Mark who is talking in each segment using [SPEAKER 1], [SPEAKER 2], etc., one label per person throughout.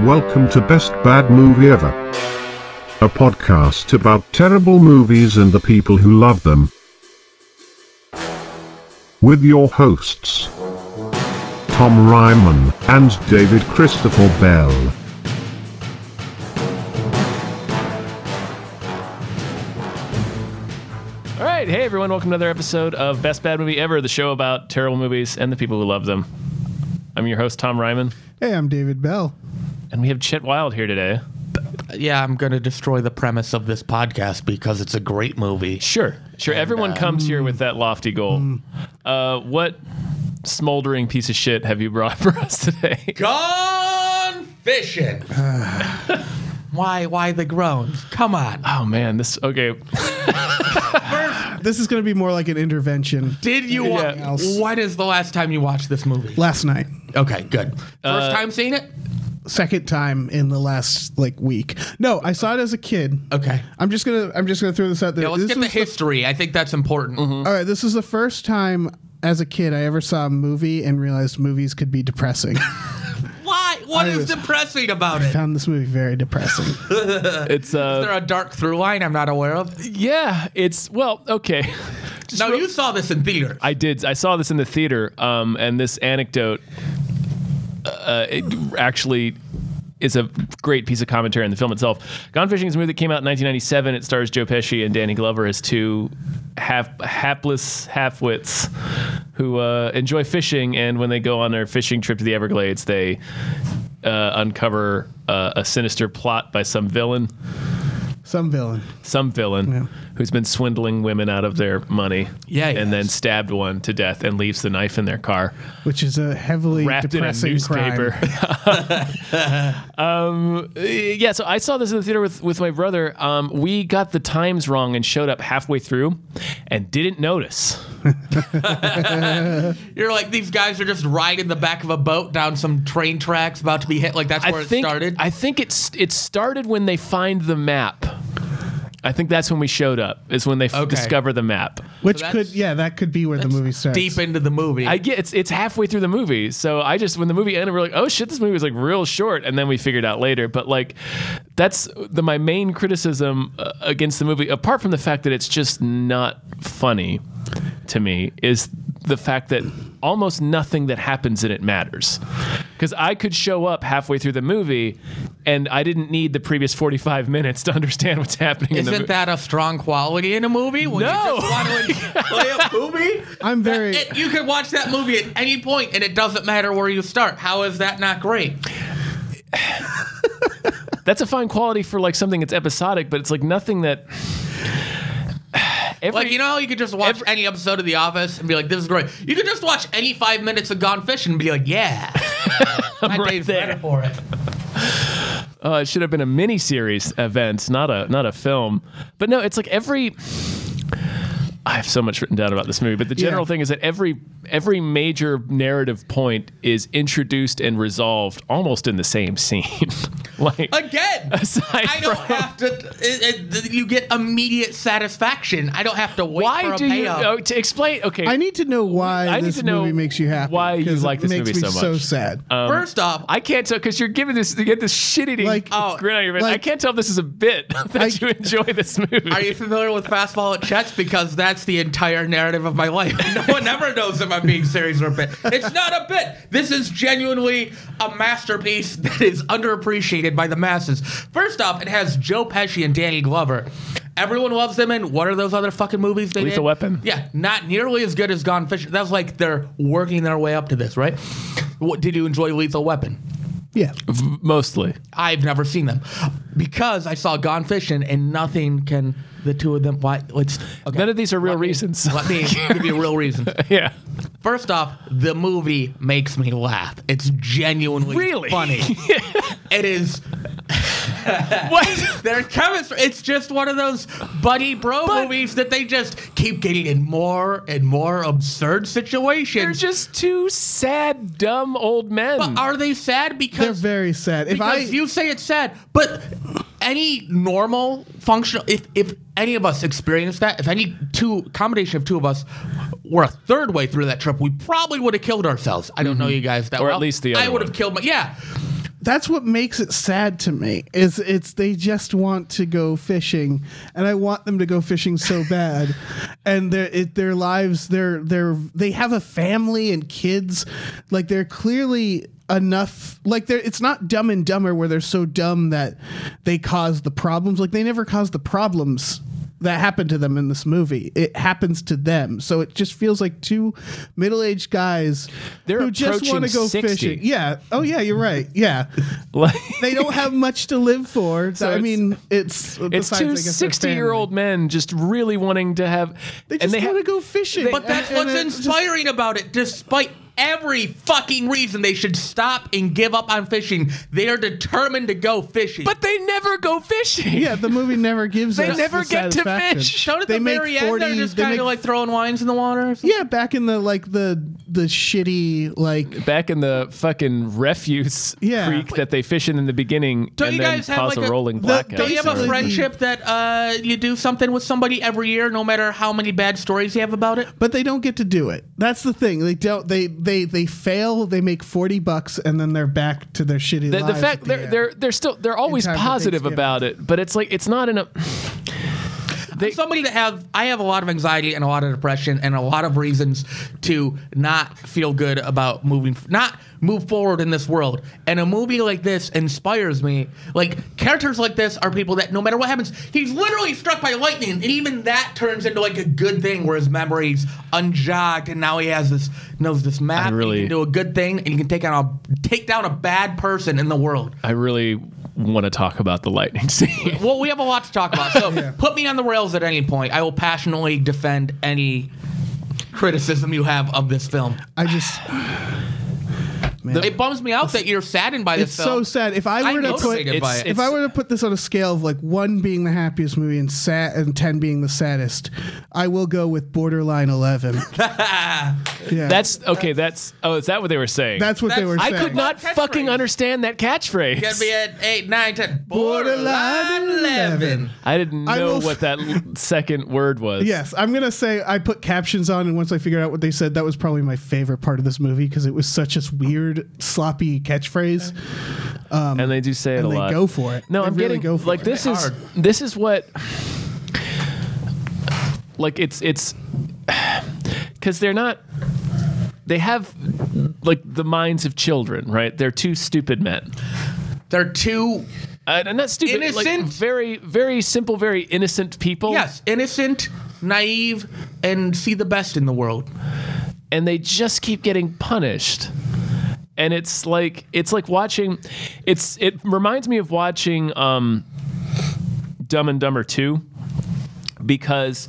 [SPEAKER 1] Welcome to Best Bad Movie Ever, a podcast about terrible movies and the people who love them. With your hosts, Tom Ryman and David Christopher Bell.
[SPEAKER 2] All right, hey everyone, welcome to another episode of Best Bad Movie Ever, the show about terrible movies and the people who love them. I'm your host Tom Ryman,
[SPEAKER 3] Hey, I'm David Bell.
[SPEAKER 2] and we have Chet Wild here today.
[SPEAKER 4] Yeah, I'm going to destroy the premise of this podcast because it's a great movie.
[SPEAKER 2] Sure, sure. Everyone comes here with that lofty goal. Uh, what smoldering piece of shit have you brought for us today?
[SPEAKER 4] Gone fishing. why? Why the groans? Come on.
[SPEAKER 2] Oh man, this okay.
[SPEAKER 3] This is going to be more like an intervention.
[SPEAKER 4] Did you? Wa-
[SPEAKER 2] Yeah.
[SPEAKER 3] Else.
[SPEAKER 4] When is the last time you watched this movie?
[SPEAKER 3] Last night,
[SPEAKER 4] Okay, good. First
[SPEAKER 2] Uh,
[SPEAKER 4] time seeing it?
[SPEAKER 3] second time in the last like week. No, I saw it as a kid.
[SPEAKER 4] Okay.
[SPEAKER 3] I'm just gonna I'm just gonna throw this out there.
[SPEAKER 4] Yeah, let's
[SPEAKER 3] this
[SPEAKER 4] get the
[SPEAKER 3] was
[SPEAKER 4] history. I think that's important.
[SPEAKER 2] Mm-hmm.
[SPEAKER 3] all right. This is the first time as a kid I ever saw a movie and realized movies could be depressing.
[SPEAKER 4] Why? What is
[SPEAKER 3] was-
[SPEAKER 4] depressing about it? Is
[SPEAKER 3] Found this movie very depressing.
[SPEAKER 2] It's uh,
[SPEAKER 4] there a dark through line I'm not aware of?
[SPEAKER 2] yeah, it's well, okay.
[SPEAKER 4] No, you saw this in theater.
[SPEAKER 2] I did. I saw this in the theater, um, and this anecdote uh, it actually is a great piece of commentary on the film itself. Gone Fishing is a movie that came out in 1997. It stars Joe Pesci and Danny Glover as two half hapless halfwits who uh, enjoy fishing, and when they go on their fishing trip to the Everglades, they uh, uncover uh, a sinister plot by some villain
[SPEAKER 3] Some villain.
[SPEAKER 2] some villain
[SPEAKER 3] Yeah.
[SPEAKER 2] who's been swindling women out of their money
[SPEAKER 4] Yeah,
[SPEAKER 2] and then
[SPEAKER 4] yes.
[SPEAKER 2] stabbed one to death and leaves the knife in their car
[SPEAKER 3] Which is a heavily
[SPEAKER 2] wrapped in a
[SPEAKER 3] depressing
[SPEAKER 2] newspaper.
[SPEAKER 3] crime.
[SPEAKER 2] um, uh, yeah, so I saw this in the theater with, with my brother. Um, we got the times wrong and showed up halfway through and didn't notice.
[SPEAKER 4] You're like these guys are just riding the back of a boat down some train tracks, about to be hit. Like that's where
[SPEAKER 2] I
[SPEAKER 4] it
[SPEAKER 2] think
[SPEAKER 4] started.
[SPEAKER 2] I think it's it started when they find the map. I think that's when we showed up. Is when they f-
[SPEAKER 4] Okay.
[SPEAKER 2] discover the map.
[SPEAKER 3] Which
[SPEAKER 4] that's-
[SPEAKER 3] could yeah that could be where the movie starts.
[SPEAKER 4] Deep into the movie.
[SPEAKER 2] I get it's it's halfway through the movie, so I just when the movie ended, we're like, oh shit, this movie was like real short, and then we figured out later. But like, that's the my main criticism uh, against the movie, apart from the fact that it's just not funny to me, is the fact that almost nothing that happens in it matters. Because I could show up halfway through the movie, and I didn't need the previous forty five minutes to understand what's happening. in the
[SPEAKER 4] Isn't
[SPEAKER 2] movie.
[SPEAKER 4] that a strong quality in a movie? When
[SPEAKER 2] No.
[SPEAKER 4] You, just want to enjoy a movie?
[SPEAKER 3] I'm very.
[SPEAKER 4] It- you could watch that movie at any point and it doesn't matter where you start. How is that not great?
[SPEAKER 2] that's a fine quality for like something that's episodic, but it's like nothing that. Every,
[SPEAKER 4] Like, you know, how you could just watch any episode of The Office and be like, this is great. You could just watch any five minutes of Gone Fishing and be like, yeah. My
[SPEAKER 2] right
[SPEAKER 4] day's
[SPEAKER 2] there.
[SPEAKER 4] better for it.
[SPEAKER 2] Uh, it should have been a mini series event, not a not a film. But no, it's like every. I have so much written down about this movie, but the general
[SPEAKER 3] Yeah.
[SPEAKER 2] thing is that every every major narrative point is introduced and resolved almost in the same scene. like
[SPEAKER 4] Again.
[SPEAKER 2] Aside
[SPEAKER 4] I don't
[SPEAKER 2] from-
[SPEAKER 4] have to. It, it, you get immediate satisfaction. I don't have to wait for
[SPEAKER 2] why
[SPEAKER 4] a
[SPEAKER 2] do you
[SPEAKER 4] payoff.
[SPEAKER 2] oh, to explain? Okay,
[SPEAKER 3] I need to know why
[SPEAKER 2] I need
[SPEAKER 3] this
[SPEAKER 2] to know
[SPEAKER 3] movie makes you happy.
[SPEAKER 2] why you
[SPEAKER 3] 'cause
[SPEAKER 2] like
[SPEAKER 3] it
[SPEAKER 2] this
[SPEAKER 3] makes
[SPEAKER 2] movie so
[SPEAKER 3] me so
[SPEAKER 2] much. Uh,
[SPEAKER 3] sad.
[SPEAKER 4] First off,
[SPEAKER 2] I can't tell because you're giving this you get this shit eating
[SPEAKER 3] Like-
[SPEAKER 4] Oh,
[SPEAKER 2] grin on your face. I
[SPEAKER 3] like-
[SPEAKER 2] can't tell if this is a bit that
[SPEAKER 3] Like-
[SPEAKER 2] you enjoy this movie.
[SPEAKER 4] Are you familiar with fastball at checks? Because that's the entire narrative of my life. No one ever knows if I'm being serious or a bit. It's not a bit. This is genuinely a masterpiece that is underappreciated by the masses. First off, it has Joe Pesci and Danny Glover. Everyone loves them in what are those other fucking movies they
[SPEAKER 2] Lethal
[SPEAKER 4] did?
[SPEAKER 2] Weapon.
[SPEAKER 4] Yeah, not nearly as good as Gone Fishing. That's like they're working their way up to this, right? What did you enjoy Lethal Weapon?
[SPEAKER 3] Yeah.
[SPEAKER 2] Mostly.
[SPEAKER 4] I've never seen them because I saw Gone Fishing and nothing can the two of them. Why? Let's. Okay.
[SPEAKER 2] None of these are real
[SPEAKER 4] Let me-
[SPEAKER 2] reasons.
[SPEAKER 4] Let me give you real reasons.
[SPEAKER 2] yeah.
[SPEAKER 4] First off, the movie makes me laugh. It's genuinely
[SPEAKER 2] Really?
[SPEAKER 4] funny. it is
[SPEAKER 2] What?
[SPEAKER 4] their chemistry. It's just one of those buddy bro
[SPEAKER 2] But-
[SPEAKER 4] movies that they just keep getting in more and more absurd
[SPEAKER 2] They're
[SPEAKER 4] situations.
[SPEAKER 2] just two sad, dumb old men.
[SPEAKER 4] but are they sad because
[SPEAKER 3] They're very sad. If I
[SPEAKER 4] because you say it's sad, but any normal functional, if if any of us experienced that, if any two combination of two of us were a third way through that trip, we probably would have killed ourselves. I don't know you guys that
[SPEAKER 2] Or at
[SPEAKER 4] well.
[SPEAKER 2] least the
[SPEAKER 4] I
[SPEAKER 2] other
[SPEAKER 4] would
[SPEAKER 2] one.
[SPEAKER 4] have killed my yeah.
[SPEAKER 3] that's what makes it sad to me is it's they just want to go fishing and i want them to go fishing so bad and their it, their lives their their they have a family and kids like they're clearly enough like they're it's not dumb and dumber where they're so dumb that they cause the problems like they never cause the problems that happened to them in this movie. It happens to them. So it just feels like two middle-aged guys
[SPEAKER 2] They're
[SPEAKER 3] who just want to
[SPEAKER 2] approaching
[SPEAKER 3] go
[SPEAKER 2] 60.
[SPEAKER 3] fishing. Yeah. Oh yeah, you're right. Yeah.
[SPEAKER 2] Like,
[SPEAKER 3] they don't have much to live for. I
[SPEAKER 2] it's-
[SPEAKER 3] mean, it's uh,
[SPEAKER 2] it's two 60 year old men just really wanting to have.
[SPEAKER 3] They
[SPEAKER 2] and
[SPEAKER 3] just
[SPEAKER 2] they
[SPEAKER 3] want to
[SPEAKER 2] have,
[SPEAKER 3] go fishing.
[SPEAKER 4] But that's
[SPEAKER 3] And- and
[SPEAKER 4] what's
[SPEAKER 3] it's just-
[SPEAKER 4] inspiring about it, despite every fucking reason they should stop and give up on fishing. They are determined to go fishing.
[SPEAKER 2] But they never go fishing.
[SPEAKER 3] Yeah, the movie never gives
[SPEAKER 2] They
[SPEAKER 3] us
[SPEAKER 2] never
[SPEAKER 3] the
[SPEAKER 2] get to
[SPEAKER 3] satisfaction.
[SPEAKER 2] fish.
[SPEAKER 4] Showed at
[SPEAKER 3] They
[SPEAKER 4] the
[SPEAKER 3] make
[SPEAKER 4] very end,
[SPEAKER 3] 40
[SPEAKER 4] they're just
[SPEAKER 3] they
[SPEAKER 4] kind
[SPEAKER 3] make-
[SPEAKER 4] of like throwing wines in the water. Or something.
[SPEAKER 3] Yeah, back in the like the the shitty like
[SPEAKER 2] Back in the fucking refuse
[SPEAKER 3] Yeah.
[SPEAKER 2] creek that they fish in in the beginning,
[SPEAKER 4] Don't
[SPEAKER 2] and
[SPEAKER 4] you
[SPEAKER 2] then
[SPEAKER 4] guys have
[SPEAKER 2] cause
[SPEAKER 4] like
[SPEAKER 2] a
[SPEAKER 4] a-
[SPEAKER 2] rolling
[SPEAKER 4] the-
[SPEAKER 2] blackout.
[SPEAKER 4] Don't you have a
[SPEAKER 3] Basically.
[SPEAKER 4] friendship that uh, you do something with somebody every year, no matter how many bad stories you have about it?
[SPEAKER 3] but they don't get to do it. That's the thing. They don't. They they they fail. They make forty bucks and then they're back to their shitty
[SPEAKER 2] the,
[SPEAKER 3] lives.
[SPEAKER 2] the
[SPEAKER 3] at
[SPEAKER 2] fact
[SPEAKER 3] the
[SPEAKER 2] they're,
[SPEAKER 3] end.
[SPEAKER 2] they're they're still they're always
[SPEAKER 3] time for
[SPEAKER 2] positive
[SPEAKER 3] Thanksgiving.
[SPEAKER 2] about it, but it's like it's not in a. They-
[SPEAKER 4] somebody that have I have a lot of anxiety and a lot of depression and a lot of reasons to not feel good about moving not move forward in this world. And a movie like this inspires me. Like characters like this are people that no matter what happens, he's literally struck by lightning and even that turns into like a good thing where his memory's unjogged and now he has this knows this map and
[SPEAKER 2] really-
[SPEAKER 4] he can do a good thing and he can take on a take down a bad person in the world.
[SPEAKER 2] I really want to talk about the lightning scene.
[SPEAKER 4] Well, we have a lot to talk about. So put me on the rails at any point. I will passionately defend any criticism you have of this film.
[SPEAKER 3] I just
[SPEAKER 4] it bums me out that you're saddened by this
[SPEAKER 3] it's
[SPEAKER 4] film.
[SPEAKER 3] so sad. If I
[SPEAKER 4] I'm
[SPEAKER 3] were to put
[SPEAKER 4] motivated by
[SPEAKER 2] It's-
[SPEAKER 4] it.
[SPEAKER 3] if I were to put this on a scale of like one being the happiest movie and sad and ten being the saddest, I will go with borderline eleven. yeah,
[SPEAKER 2] That's okay. That's oh, is that what they were saying?
[SPEAKER 3] that's what they
[SPEAKER 4] that's-
[SPEAKER 3] were
[SPEAKER 2] I
[SPEAKER 3] saying.
[SPEAKER 2] could not
[SPEAKER 4] Catchphrase.
[SPEAKER 2] fucking understand that catchphrase.
[SPEAKER 4] Gotta be at eight, nine, ten.
[SPEAKER 3] Borderline 11.
[SPEAKER 4] Borderline eleven.
[SPEAKER 2] I didn't
[SPEAKER 3] I
[SPEAKER 2] know
[SPEAKER 3] will-
[SPEAKER 2] what that l- second word was.
[SPEAKER 3] Yes, I'm gonna say I put captions on, and once I figured out what they said, that was probably my favorite part of this movie because it was such a weird, sloppy catchphrase.
[SPEAKER 2] and they do say it a
[SPEAKER 3] um, And they
[SPEAKER 2] lot.
[SPEAKER 3] go for it.
[SPEAKER 2] No,
[SPEAKER 3] They
[SPEAKER 2] I'm
[SPEAKER 3] really
[SPEAKER 2] getting
[SPEAKER 3] go for
[SPEAKER 2] like
[SPEAKER 3] it.
[SPEAKER 2] this
[SPEAKER 4] They
[SPEAKER 2] is
[SPEAKER 4] are.
[SPEAKER 2] this is what like it's it's because they're not they have like the minds of children, right? They're two stupid men.
[SPEAKER 4] They're two,
[SPEAKER 2] Uh, and not stupid, like,
[SPEAKER 4] Innocent.
[SPEAKER 2] very, very simple, very innocent people.
[SPEAKER 4] yes, innocent, naive, and see the best in the world.
[SPEAKER 2] and they just keep getting punished. And it's like it's like watching it's it reminds me of watching um Dumb and Dumber 2 because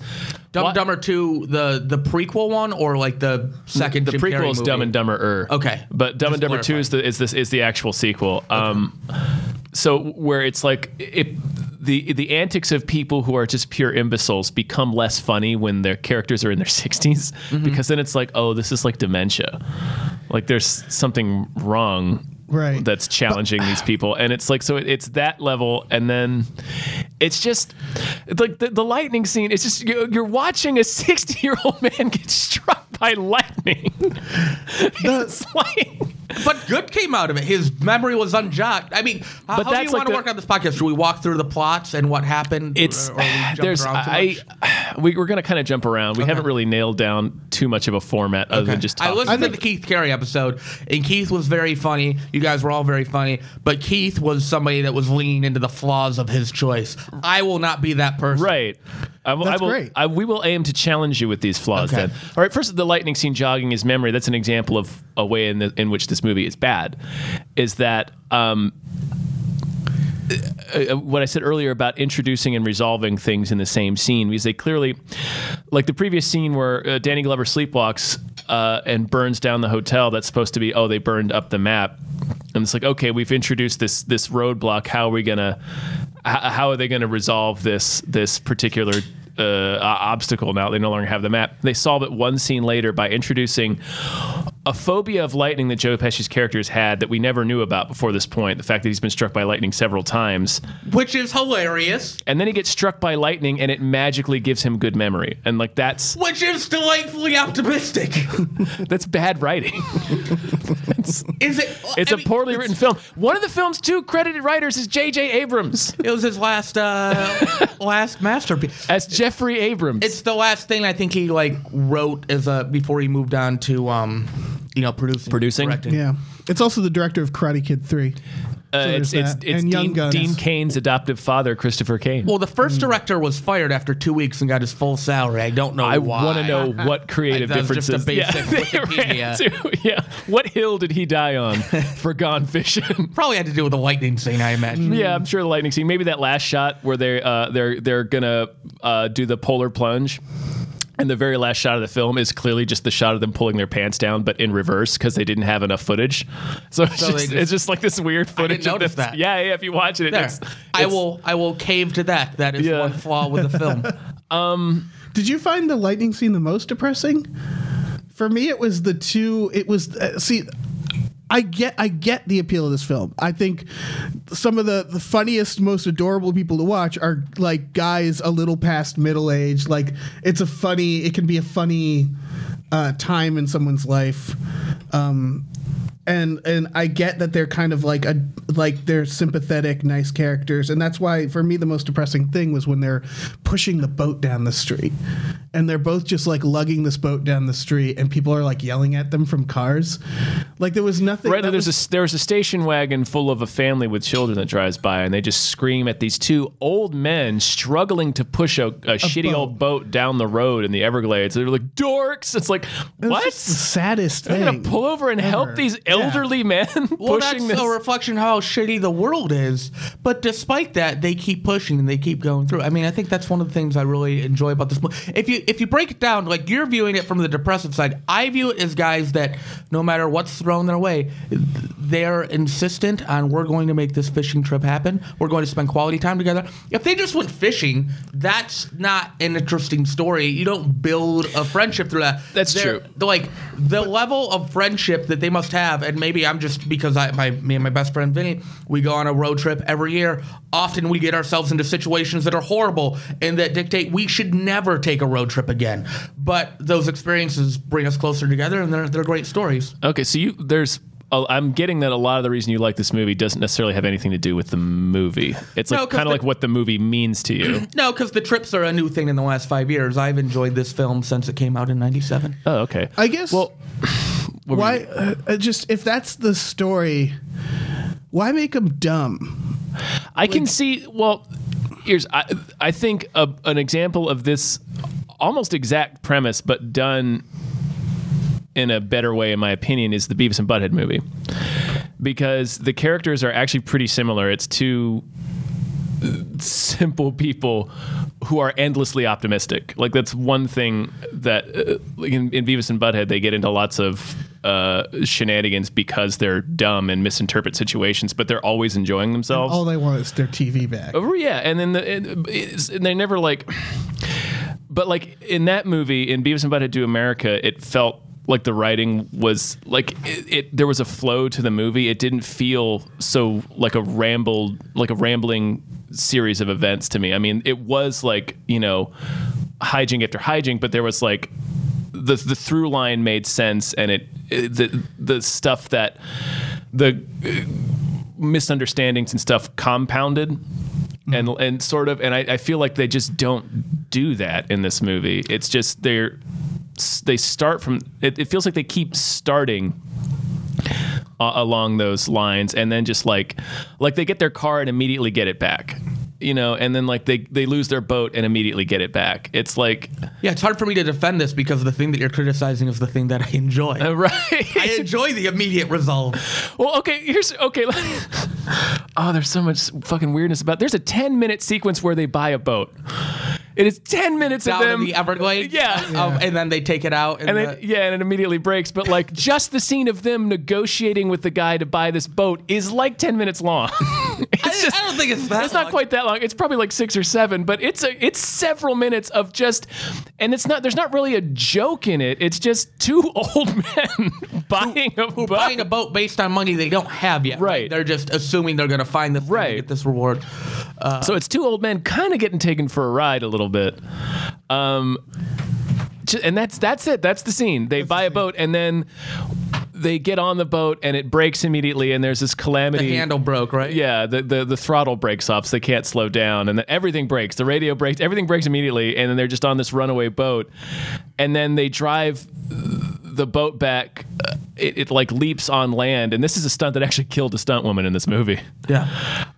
[SPEAKER 4] Dumb
[SPEAKER 2] What?
[SPEAKER 4] and Dumber Two, the the prequel one, or like the second
[SPEAKER 2] the
[SPEAKER 4] Jim Carrey
[SPEAKER 2] prequel is
[SPEAKER 4] movie?
[SPEAKER 2] Dumb and Dumber
[SPEAKER 4] Okay.
[SPEAKER 2] But Dumb
[SPEAKER 4] Just
[SPEAKER 2] and Dumber 2 is the is this is the actual sequel. Um so where it's like it the the antics of people who are just pure imbeciles become less funny when their characters are in their 60s
[SPEAKER 4] Mm-hmm.
[SPEAKER 2] because then it's like oh this is like dementia. Like there's something wrong
[SPEAKER 3] Right.
[SPEAKER 2] that's challenging these people and it's like so it, it's that level and then it's just it's like the, the lightning scene it's just you- you're watching a 60 year old man get struck by lightning it's like
[SPEAKER 4] But good came out of it. His memory was unjogged. I mean, h- how do
[SPEAKER 2] that's
[SPEAKER 4] you
[SPEAKER 2] like
[SPEAKER 4] want to
[SPEAKER 2] the-
[SPEAKER 4] work on this podcast? Should we walk through the plots and what happened?
[SPEAKER 2] it's
[SPEAKER 4] Or- or we jumping
[SPEAKER 2] there's
[SPEAKER 4] around too
[SPEAKER 2] i
[SPEAKER 4] much?
[SPEAKER 2] we, we're gonna kind of jump around we haven't really nailed down too much of a format other than just
[SPEAKER 4] I
[SPEAKER 2] talking.
[SPEAKER 4] listened to the Keith Carey episode, and Keith was very funny. You guys were all very funny, but Keith was somebody that was leaning into the flaws of his choice. I will not be that person.
[SPEAKER 2] Right. I will,
[SPEAKER 3] That's
[SPEAKER 2] I will,
[SPEAKER 3] great.
[SPEAKER 2] I, we will aim to challenge you with these flaws
[SPEAKER 4] Okay.
[SPEAKER 2] then. All right, first the lightning scene jogging his memory. That's an example of a way in, the, in which this movie is bad. Is that um, uh, uh, what I said earlier about introducing and resolving things in the same scene? Because they clearly, like the previous scene where uh, Danny Glover sleepwalks uh, and burns down the hotel, that's supposed to be, oh, they burned up the map. And it's like, okay, we've introduced this this roadblock. How are we gonna h- how are they going to resolve this this particular uh, uh, obstacle now they no longer have the map they solve it one scene later by introducing a phobia of lightning that Joe Pesci's character has had that we never knew about before this point. The fact that he's been struck by lightning several times,
[SPEAKER 4] which is hilarious,
[SPEAKER 2] and then he gets struck by lightning, and it magically gives him good memory. And like that's
[SPEAKER 4] which is delightfully optimistic.
[SPEAKER 2] that's bad writing.
[SPEAKER 4] Is it?
[SPEAKER 2] It's
[SPEAKER 4] a
[SPEAKER 2] a poorly written film. One of the film's two credited writers is J.J. Abrams
[SPEAKER 4] It was his last uh, last masterpiece.
[SPEAKER 2] as Jeffrey Abrams.
[SPEAKER 4] It's the last thing I think he like wrote as a before he moved on to um, you know, producing,
[SPEAKER 2] Producing?
[SPEAKER 4] directing.
[SPEAKER 3] Yeah. It's also the director of Karate Kid 3.
[SPEAKER 2] Uh, it's
[SPEAKER 3] there's
[SPEAKER 2] it's,
[SPEAKER 3] that.
[SPEAKER 2] it's
[SPEAKER 3] And Young
[SPEAKER 2] Dean,
[SPEAKER 3] Guns.
[SPEAKER 2] Dean Kane's adoptive father, Christopher Kane.
[SPEAKER 4] Well, the first director was fired after two weeks and got his full salary. I don't know
[SPEAKER 2] I
[SPEAKER 4] why.
[SPEAKER 2] want to know what creative
[SPEAKER 4] That was just
[SPEAKER 2] differences.
[SPEAKER 4] a
[SPEAKER 2] yeah, they
[SPEAKER 4] basic
[SPEAKER 2] ran to. Yeah. what hill did he die on for Gone Fishing?
[SPEAKER 4] Probably had to do with the lightning scene, I imagine.
[SPEAKER 2] yeah, I'm sure the lightning scene. Maybe that last shot where they uh, they're they're gonna uh, do the polar plunge. And the very last shot of the film is clearly just the shot of them pulling their pants down, but in reverse because they didn't have enough footage. So it's,
[SPEAKER 4] So they
[SPEAKER 2] just,
[SPEAKER 4] just-
[SPEAKER 2] it's just like this weird footage. of
[SPEAKER 4] notice
[SPEAKER 2] them.
[SPEAKER 4] that.
[SPEAKER 2] Yeah, yeah. If you watch it,
[SPEAKER 4] There.
[SPEAKER 2] it's,
[SPEAKER 4] I
[SPEAKER 2] it's-
[SPEAKER 4] will I will cave to that. That is
[SPEAKER 2] Yeah.
[SPEAKER 4] one flaw with the film.
[SPEAKER 3] Did you find the lightning scene the most depressing? For me, it was the two. It was uh, see. I get I get the appeal of this film. I think some of the, the funniest, most adorable people to watch are like guys a little past middle age. Like it's a funny it can be a funny uh, time in someone's life. Um, and and I get that they're kind of like a like they're sympathetic, nice characters, and that's why for me the most depressing thing was when they're pushing the boat down the street, and they're both just like lugging this boat down the street, and people are like yelling at them from cars, like there was nothing.
[SPEAKER 2] Right
[SPEAKER 3] that
[SPEAKER 2] now, there's
[SPEAKER 3] was-
[SPEAKER 2] a there's a station wagon full of a family with children that drives by, and they just scream at these two old men struggling to push a, a, shitty
[SPEAKER 3] boat.
[SPEAKER 2] old boat down the road in the Everglades. They're like dorks. It's like
[SPEAKER 3] it was
[SPEAKER 2] what?
[SPEAKER 3] just the saddest
[SPEAKER 2] They're gonna
[SPEAKER 3] thing.
[SPEAKER 2] pull over and help
[SPEAKER 3] ever.
[SPEAKER 2] these
[SPEAKER 3] Yeah.
[SPEAKER 2] elderly men
[SPEAKER 4] Well,
[SPEAKER 2] pushing this.
[SPEAKER 4] that's a reflection of how shitty the world is. But despite that, they keep pushing and they keep going through. I mean, I think that's one of the things I really enjoy about this movie. If you if you break it down, like you're viewing it from the depressive side, I view it as guys that no matter what's thrown their way, they're insistent on we're going to make this fishing trip happen. We're going to spend quality time together. If they just went fishing, that's not an interesting story. You don't build a friendship through that.
[SPEAKER 2] That's
[SPEAKER 4] They're-
[SPEAKER 2] true.
[SPEAKER 4] the, like the level of friendship that they must have, and maybe I'm just because I my me and my best friend Vinny, we go on a road trip every year. Often we get ourselves into situations that are horrible and that dictate we should never take a road trip again. But those experiences bring us closer together, and they're they're great stories.
[SPEAKER 2] okay, so you there's. oh, I'm getting that a lot of the reason you like this movie doesn't necessarily have anything to do with the movie. It's like
[SPEAKER 4] No, 'cause
[SPEAKER 2] kind of
[SPEAKER 4] the-
[SPEAKER 2] like what the movie means to you.
[SPEAKER 4] No, because the trips are a new thing in the last five years. I've enjoyed this film since it came out in '97.
[SPEAKER 2] oh, okay.
[SPEAKER 3] I guess.
[SPEAKER 2] Well,
[SPEAKER 3] why? Uh, uh, just if that's the story, why make them dumb?
[SPEAKER 2] I can see. Well, here's I. I think a, an example of this almost exact premise, but done in a better way, in my opinion, is the Beavis and Butthead movie, because the characters are actually pretty similar. It's two simple people who are endlessly optimistic. Like that's one thing that uh, like in, in Beavis and Butthead they get into lots of uh, shenanigans because they're dumb and misinterpret situations, but they're always enjoying themselves.
[SPEAKER 3] All they want is their TV back.
[SPEAKER 2] Oh, yeah, and then the, and, it's- and they never like, but like in that movie in Beavis and Butthead Do America, it felt like the writing was like it, it there was a flow to the movie. It didn't feel so like a rambled like a rambling series of events to me. I mean, it was like you know hijink after hijink, but there was like the the through line made sense, and it, it the the stuff that the uh, misunderstandings and stuff compounded and
[SPEAKER 4] Mm-hmm.
[SPEAKER 2] and sort of and I, I feel like they just don't do that in this movie it's just they're they start from it, it feels like they keep starting uh, along those lines and then just like like they get their car and immediately get it back you know and then like they they lose their boat and immediately get it back it's like
[SPEAKER 4] Yeah, it's hard for me to defend this because the thing that you're criticizing is the thing that I enjoy.
[SPEAKER 2] right
[SPEAKER 4] I enjoy the immediate resolve.
[SPEAKER 2] Well, okay, here's okay. oh, there's so much fucking weirdness about. There's a 10 minute sequence where they buy a boat. It is 10 minutes
[SPEAKER 4] down
[SPEAKER 2] of them.
[SPEAKER 4] in the Everglades.
[SPEAKER 2] Yeah.
[SPEAKER 4] Um, and then they take it out. And,
[SPEAKER 2] and
[SPEAKER 4] the-
[SPEAKER 2] then, yeah, and it immediately breaks. But like, just the scene of them negotiating with the guy to buy this boat is like ten minutes long. It's
[SPEAKER 4] I-
[SPEAKER 2] just
[SPEAKER 4] I don't think it's that
[SPEAKER 2] It's not
[SPEAKER 4] long.
[SPEAKER 2] quite that long. It's probably like six or seven, but it's a it's several minutes of just, and it's not. There's not really a joke in it. It's just two old men buying a
[SPEAKER 4] Who are
[SPEAKER 2] boat.
[SPEAKER 4] buying a boat based on money they don't have yet.
[SPEAKER 2] Right.
[SPEAKER 4] They're just assuming they're going to find the thing
[SPEAKER 2] Right.
[SPEAKER 4] and get this reward.
[SPEAKER 2] So it's two old men kind of getting taken for a ride a little bit. Um, ju- and that's that's it. That's the scene. They buy a boat and then they get on the boat and it breaks immediately and there's this
[SPEAKER 4] The
[SPEAKER 2] calamity.
[SPEAKER 4] handle broke, right?
[SPEAKER 2] Yeah, the, the the throttle breaks off, so they can't slow down, and then everything breaks. The radio breaks, everything breaks immediately, and then they're just on this runaway boat, and then they drive the boat back. uh, It, it like leaps on land, and this is a stunt that actually killed a stunt woman in this movie.
[SPEAKER 4] Yeah.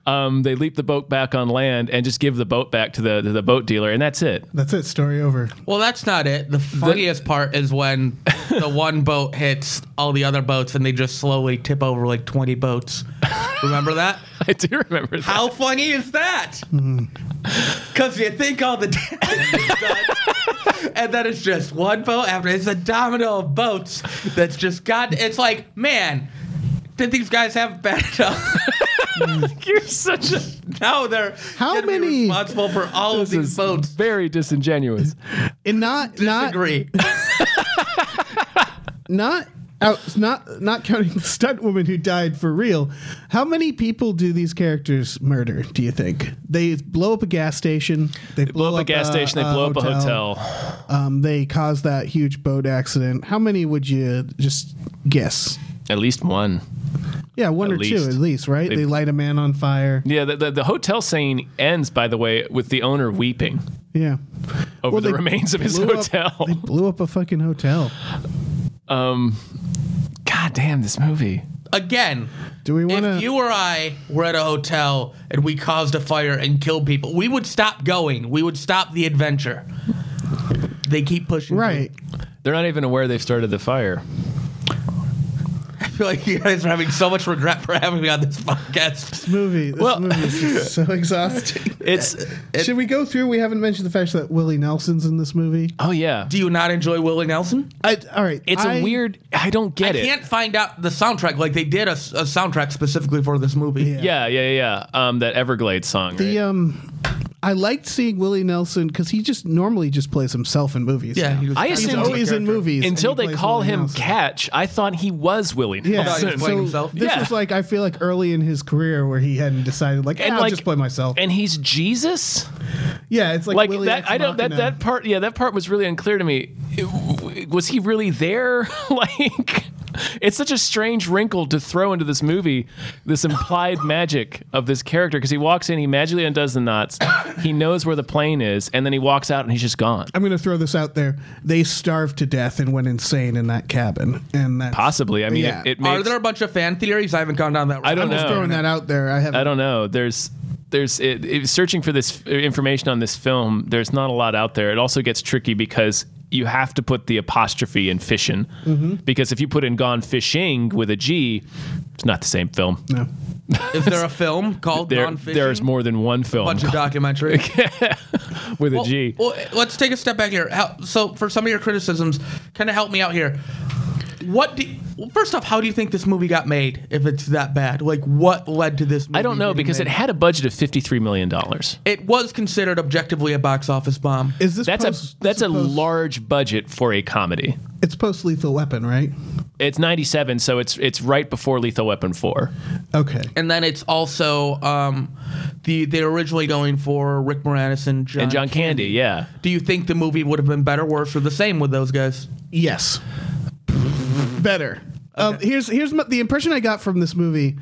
[SPEAKER 2] Um, they leap the boat back on land and just give the boat back to the to the boat dealer, and that's it.
[SPEAKER 3] That's it. Story over.
[SPEAKER 4] Well, that's not it. The funniest part is when the one boat hits all the other boats and they just slowly tip over like 20 boats. Remember that?
[SPEAKER 2] I do remember that.
[SPEAKER 4] How funny is that? Because you think all the damage is done, and then it's just one boat after it's a domino of boats that's just got. It's like, man, did these guys have bad enough?
[SPEAKER 2] You're such a
[SPEAKER 4] now they're
[SPEAKER 3] How
[SPEAKER 4] gonna be
[SPEAKER 3] many-
[SPEAKER 4] responsible for all
[SPEAKER 2] this
[SPEAKER 4] of these
[SPEAKER 2] is
[SPEAKER 4] boats.
[SPEAKER 2] very disingenuous.
[SPEAKER 3] And not not
[SPEAKER 4] Disagree.
[SPEAKER 3] not out, not not counting the stunt woman who died for real. How many people do these characters murder? Do you think they blow up a gas station? They, blow,
[SPEAKER 2] Blow up a gas station, they blow up a hotel.
[SPEAKER 3] Um, they cause that huge boat accident. How many would you just guess?
[SPEAKER 2] At least one.
[SPEAKER 3] Yeah, one
[SPEAKER 2] At
[SPEAKER 3] or
[SPEAKER 2] least.
[SPEAKER 3] two at least, right? They, light a man on fire.
[SPEAKER 2] Yeah, the, the, the hotel scene ends, by the way, with the owner weeping
[SPEAKER 3] Yeah,
[SPEAKER 2] over
[SPEAKER 3] Well,
[SPEAKER 2] the
[SPEAKER 3] they
[SPEAKER 2] remains of his
[SPEAKER 3] blew up-
[SPEAKER 2] hotel. Um,
[SPEAKER 3] they blew up a fucking hotel.
[SPEAKER 2] God damn, this movie.
[SPEAKER 4] Again,
[SPEAKER 3] Do we want
[SPEAKER 4] if you or I were at a hotel and we caused a fire and killed people, we would stop going. We would stop the adventure. They keep pushing.
[SPEAKER 3] Right.
[SPEAKER 2] They're not even aware they've started the fire.
[SPEAKER 4] I feel like you guys are having so much regret for having me on this podcast.
[SPEAKER 3] Movie. This
[SPEAKER 2] Well-
[SPEAKER 3] movie is just so exhausting.
[SPEAKER 2] It's
[SPEAKER 3] Should we go through? We haven't mentioned the fact that Willie Nelson's in this movie.
[SPEAKER 2] oh yeah,
[SPEAKER 4] Do you not enjoy Willie Nelson?
[SPEAKER 3] I, all right.
[SPEAKER 2] it's
[SPEAKER 3] a
[SPEAKER 2] a weird. I don't get
[SPEAKER 4] I
[SPEAKER 2] it.
[SPEAKER 4] can't find out the soundtrack. Like they did a, s- a soundtrack specifically for this movie.
[SPEAKER 2] Yeah, yeah, yeah. yeah. Um, that Everglades song.
[SPEAKER 3] The
[SPEAKER 2] right?
[SPEAKER 3] um, I liked seeing Willie Nelson because he just normally just plays himself in movies.
[SPEAKER 4] Yeah,
[SPEAKER 3] now.
[SPEAKER 4] he was-
[SPEAKER 2] I
[SPEAKER 4] he's
[SPEAKER 3] he's
[SPEAKER 2] assumed-
[SPEAKER 3] always in movies and
[SPEAKER 2] Until
[SPEAKER 3] he
[SPEAKER 2] they
[SPEAKER 3] plays
[SPEAKER 2] call
[SPEAKER 3] Willie
[SPEAKER 2] him
[SPEAKER 3] Nelson.
[SPEAKER 2] Catch, I thought he was Willie
[SPEAKER 3] Yeah,
[SPEAKER 2] Nelson.
[SPEAKER 4] he's playing himself.
[SPEAKER 3] this
[SPEAKER 2] Yeah.
[SPEAKER 3] was like I feel like early in his career where he hadn't decided like,
[SPEAKER 2] And
[SPEAKER 3] "Ah, I'll
[SPEAKER 2] like-
[SPEAKER 3] just play myself.
[SPEAKER 2] And he's Jesus.
[SPEAKER 3] yeah, it's like,
[SPEAKER 2] Like
[SPEAKER 3] Willie
[SPEAKER 2] that.
[SPEAKER 3] Ex
[SPEAKER 2] I don't. That
[SPEAKER 3] Machina.
[SPEAKER 2] that part. Yeah, that part was really unclear to me. It- was he really there? like. It's such a strange wrinkle to throw into this movie, this implied magic of this character, because he walks in, he magically undoes the knots, he knows where the plane is, and then he walks out and he's just gone.
[SPEAKER 3] I'm gonna throw this out there. They starved to death and went insane in that cabin, and that's,
[SPEAKER 2] Possibly. I mean,
[SPEAKER 3] Yeah.
[SPEAKER 2] it, it
[SPEAKER 4] Are
[SPEAKER 2] makes.
[SPEAKER 4] there a bunch of fan theories? I haven't gone down that. Road.
[SPEAKER 2] I don't
[SPEAKER 3] I'm just
[SPEAKER 2] know.
[SPEAKER 3] throwing that out there. I have.
[SPEAKER 2] I don't know. There's there's it, it, searching for this f- information on this film. There's not a lot out there. It also gets tricky because you have to put the apostrophe in fishing because if you put in gone fishing with a G, it's not the same film.
[SPEAKER 3] know.
[SPEAKER 4] Is there a film called
[SPEAKER 2] There,
[SPEAKER 4] Non Fishing?
[SPEAKER 2] there's more than one
[SPEAKER 4] a
[SPEAKER 2] film
[SPEAKER 4] bunch of documentary.
[SPEAKER 2] with a
[SPEAKER 4] well,
[SPEAKER 2] G.
[SPEAKER 4] well, let's take a step back here. How, so, for some of your criticisms, kind of help me out here. What do? well, first off, how do you think this movie got made? If it's that bad, like what led to this? movie
[SPEAKER 2] I don't know
[SPEAKER 4] getting
[SPEAKER 2] because it
[SPEAKER 4] made?
[SPEAKER 2] had a budget of fifty three million dollars.
[SPEAKER 4] it was considered objectively a box office bomb.
[SPEAKER 3] Is this
[SPEAKER 2] That's
[SPEAKER 3] post,
[SPEAKER 2] a that's a
[SPEAKER 3] post,
[SPEAKER 2] large budget for a comedy.
[SPEAKER 3] It's post Lethal Weapon, right?
[SPEAKER 2] It's ninety seven, so it's it's right before Lethal Weapon four.
[SPEAKER 3] Okay.
[SPEAKER 4] and then it's also um, the they're originally going for Rick Moranis and John.
[SPEAKER 2] And John Candy, yeah.
[SPEAKER 4] do you think the movie would have been better, worse, or the same with those guys?
[SPEAKER 3] Yes. Better. Um, here's here's my, the impression I got from this movie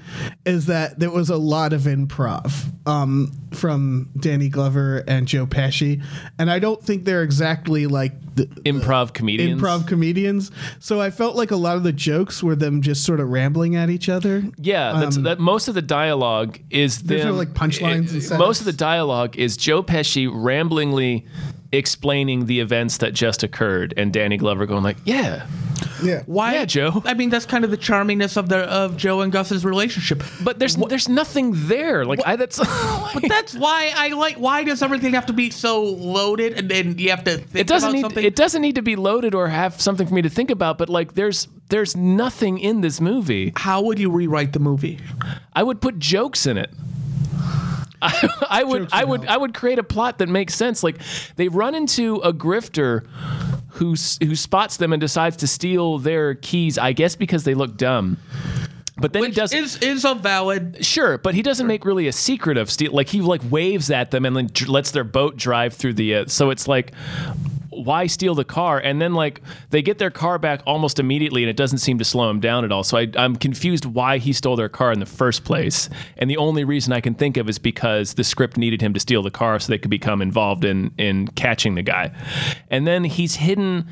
[SPEAKER 3] is that there was a lot of improv um, from Danny Glover and Joe Pesci, and I don't think they're exactly like the
[SPEAKER 2] Improv comedians.
[SPEAKER 3] improv comedians. So I felt like a lot of the jokes were them just sort of rambling at each other.
[SPEAKER 2] Yeah, that's, that most of the dialogue is
[SPEAKER 3] There's
[SPEAKER 2] them,
[SPEAKER 3] no, Um, like, punchlines and
[SPEAKER 2] it-
[SPEAKER 3] setups.
[SPEAKER 2] Most of the dialogue is Joe Pesci ramblingly explaining the events that just occurred, and Danny Glover going like, "Yeah,
[SPEAKER 3] Yeah.
[SPEAKER 4] Why,
[SPEAKER 2] Yeah, Joe.
[SPEAKER 4] I mean, that's kind of the charmingness of their of Joe and Gus's relationship.
[SPEAKER 2] but there's there's nothing there." Like, I, that's
[SPEAKER 4] But that's why I like. Why does everything have to be so loaded, and then you have to think
[SPEAKER 2] it doesn't
[SPEAKER 4] about
[SPEAKER 2] need
[SPEAKER 4] something?
[SPEAKER 2] it doesn't need to be loaded or have something for me to think about. But like, there's there's nothing in this movie.
[SPEAKER 4] How would you rewrite the movie?
[SPEAKER 2] I would put jokes in it. I, I would, I would, I would create a plot that makes sense. Like they run into a grifter who s- who spots them and decides to steal their keys. I guess because they look dumb. But then he
[SPEAKER 4] Which
[SPEAKER 2] does
[SPEAKER 4] is is a valid
[SPEAKER 2] Sure, but he doesn't make really a secret of steal. Like he like waves at them and then dr- lets their boat drive through the. Uh, so it's like, why steal the car? And then like they get their car back almost immediately, and it doesn't seem to slow him down at all. So I, I'm confused why he stole their car in the first place. And the only reason I can think of is because the script needed him to steal the car so they could become involved in in catching the guy. And then he's hidden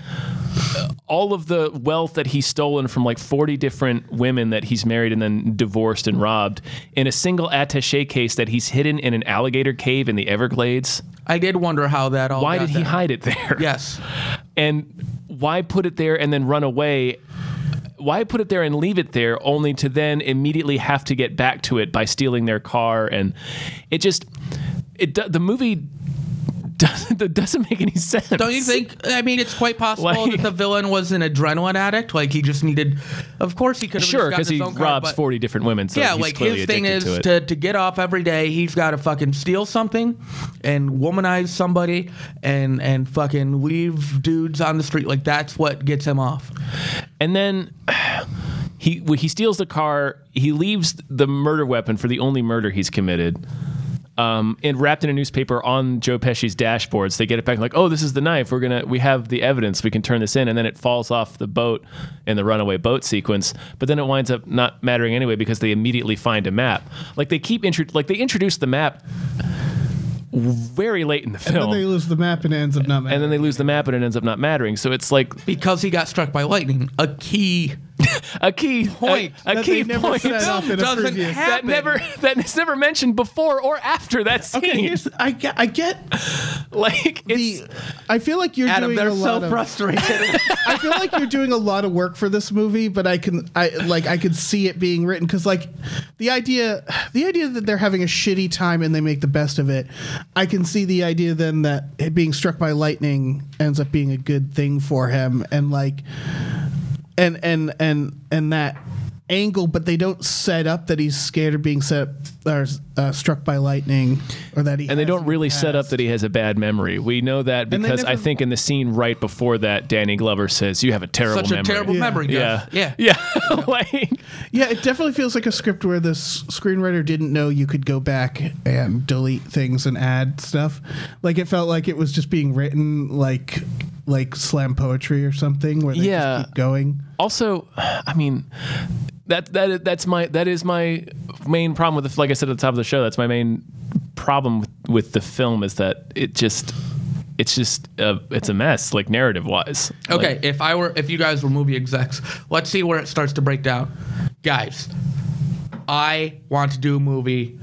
[SPEAKER 2] all of the wealth that he's stolen from like 40 different women that he's married and then divorced and robbed in a single attache case that he's hidden in an alligator cave in the Everglades.
[SPEAKER 4] I did wonder how that all.
[SPEAKER 2] Why
[SPEAKER 4] got
[SPEAKER 2] did he
[SPEAKER 4] there.
[SPEAKER 2] hide it there?
[SPEAKER 4] Yes,
[SPEAKER 2] And why put it there and then run away? Why put it there and leave it there only to then immediately have to get back to it by stealing their car and it just it do- the movie doesn't it doesn't make any sense.
[SPEAKER 4] don't you think? I mean, it's quite possible
[SPEAKER 2] Like-
[SPEAKER 4] that the villain was an adrenaline addict. Like he just needed. Of course, he could have
[SPEAKER 2] Sure,
[SPEAKER 4] because
[SPEAKER 2] because he
[SPEAKER 4] own
[SPEAKER 2] robs
[SPEAKER 4] car, but-
[SPEAKER 2] 40 different women. So
[SPEAKER 4] Yeah,
[SPEAKER 2] he's
[SPEAKER 4] like
[SPEAKER 2] clearly
[SPEAKER 4] his thing
[SPEAKER 2] addicted
[SPEAKER 4] is
[SPEAKER 2] to it.
[SPEAKER 4] to, to, get off every day. He's got to fucking steal something, and womanize somebody, and and fucking leave dudes on the street. Like that's what gets him off.
[SPEAKER 2] And then he when he steals the car. He leaves the murder weapon for the only murder he's committed. Um, and wrapped in a newspaper on Joe Pesci's dashboard, so they get it back like, "Oh, this is the knife. We're gonna, we have the evidence. We can turn this in." And then it falls off the boat in the runaway boat sequence. But then it winds up not mattering anyway because they immediately find a map. Like they keep intro- like they introduce the map very late in the film,
[SPEAKER 3] But they lose the map and it ends up not mattering.
[SPEAKER 2] lose the map and it ends up not mattering. So it's like
[SPEAKER 4] Because he got struck by lightning, a key
[SPEAKER 2] a key
[SPEAKER 4] Point
[SPEAKER 2] a, a
[SPEAKER 3] that
[SPEAKER 2] key
[SPEAKER 3] they never
[SPEAKER 2] point.
[SPEAKER 3] set up in a
[SPEAKER 4] Doesn't
[SPEAKER 3] previous.
[SPEAKER 4] have-
[SPEAKER 2] that
[SPEAKER 4] happened.
[SPEAKER 2] never that is never mentioned before or after that scene.
[SPEAKER 3] Okay, here's I get I get
[SPEAKER 2] like it's
[SPEAKER 3] the I feel like you're
[SPEAKER 4] Adam.
[SPEAKER 3] doing
[SPEAKER 4] They're
[SPEAKER 3] a lot
[SPEAKER 4] so
[SPEAKER 3] of
[SPEAKER 4] frustrated.
[SPEAKER 3] I feel like you're doing a lot of work for this movie, but I can I like I could see it being written because like the idea the idea that they're having a shitty time and they make the best of it. I can see the idea then that it being struck by lightning ends up being a good thing for him and like and and and and that angle but they don't set up that he's scared of being set up or uh, struck by lightning or that he
[SPEAKER 2] and they
[SPEAKER 3] has
[SPEAKER 2] don't
[SPEAKER 3] in
[SPEAKER 2] really
[SPEAKER 3] the
[SPEAKER 2] set up
[SPEAKER 3] past.
[SPEAKER 2] that he has a bad memory. We know that
[SPEAKER 3] they
[SPEAKER 2] because I
[SPEAKER 3] never-
[SPEAKER 2] think in the scene right before that, Danny Glover says, "You have a terrible
[SPEAKER 4] Such a
[SPEAKER 2] memory."
[SPEAKER 4] terrible memory.
[SPEAKER 2] yeah,
[SPEAKER 4] Gus. yeah,
[SPEAKER 2] yeah. like,
[SPEAKER 3] Yeah, it definitely feels like a script where the s- screenwriter didn't know you could go back and delete things and add stuff. Like it felt like it was just being written like like slam poetry or something where they
[SPEAKER 2] Yeah.
[SPEAKER 3] just keep going.
[SPEAKER 2] also, I mean, that that that's my that is my main problem with the, like I said at the top of the show. That's my main problem with, with the film is that it just it's just uh, it's a mess like narrative wise.
[SPEAKER 4] Okay, if I were, if you guys were movie execs, let's see where it starts to break down, guys. I want to do a movie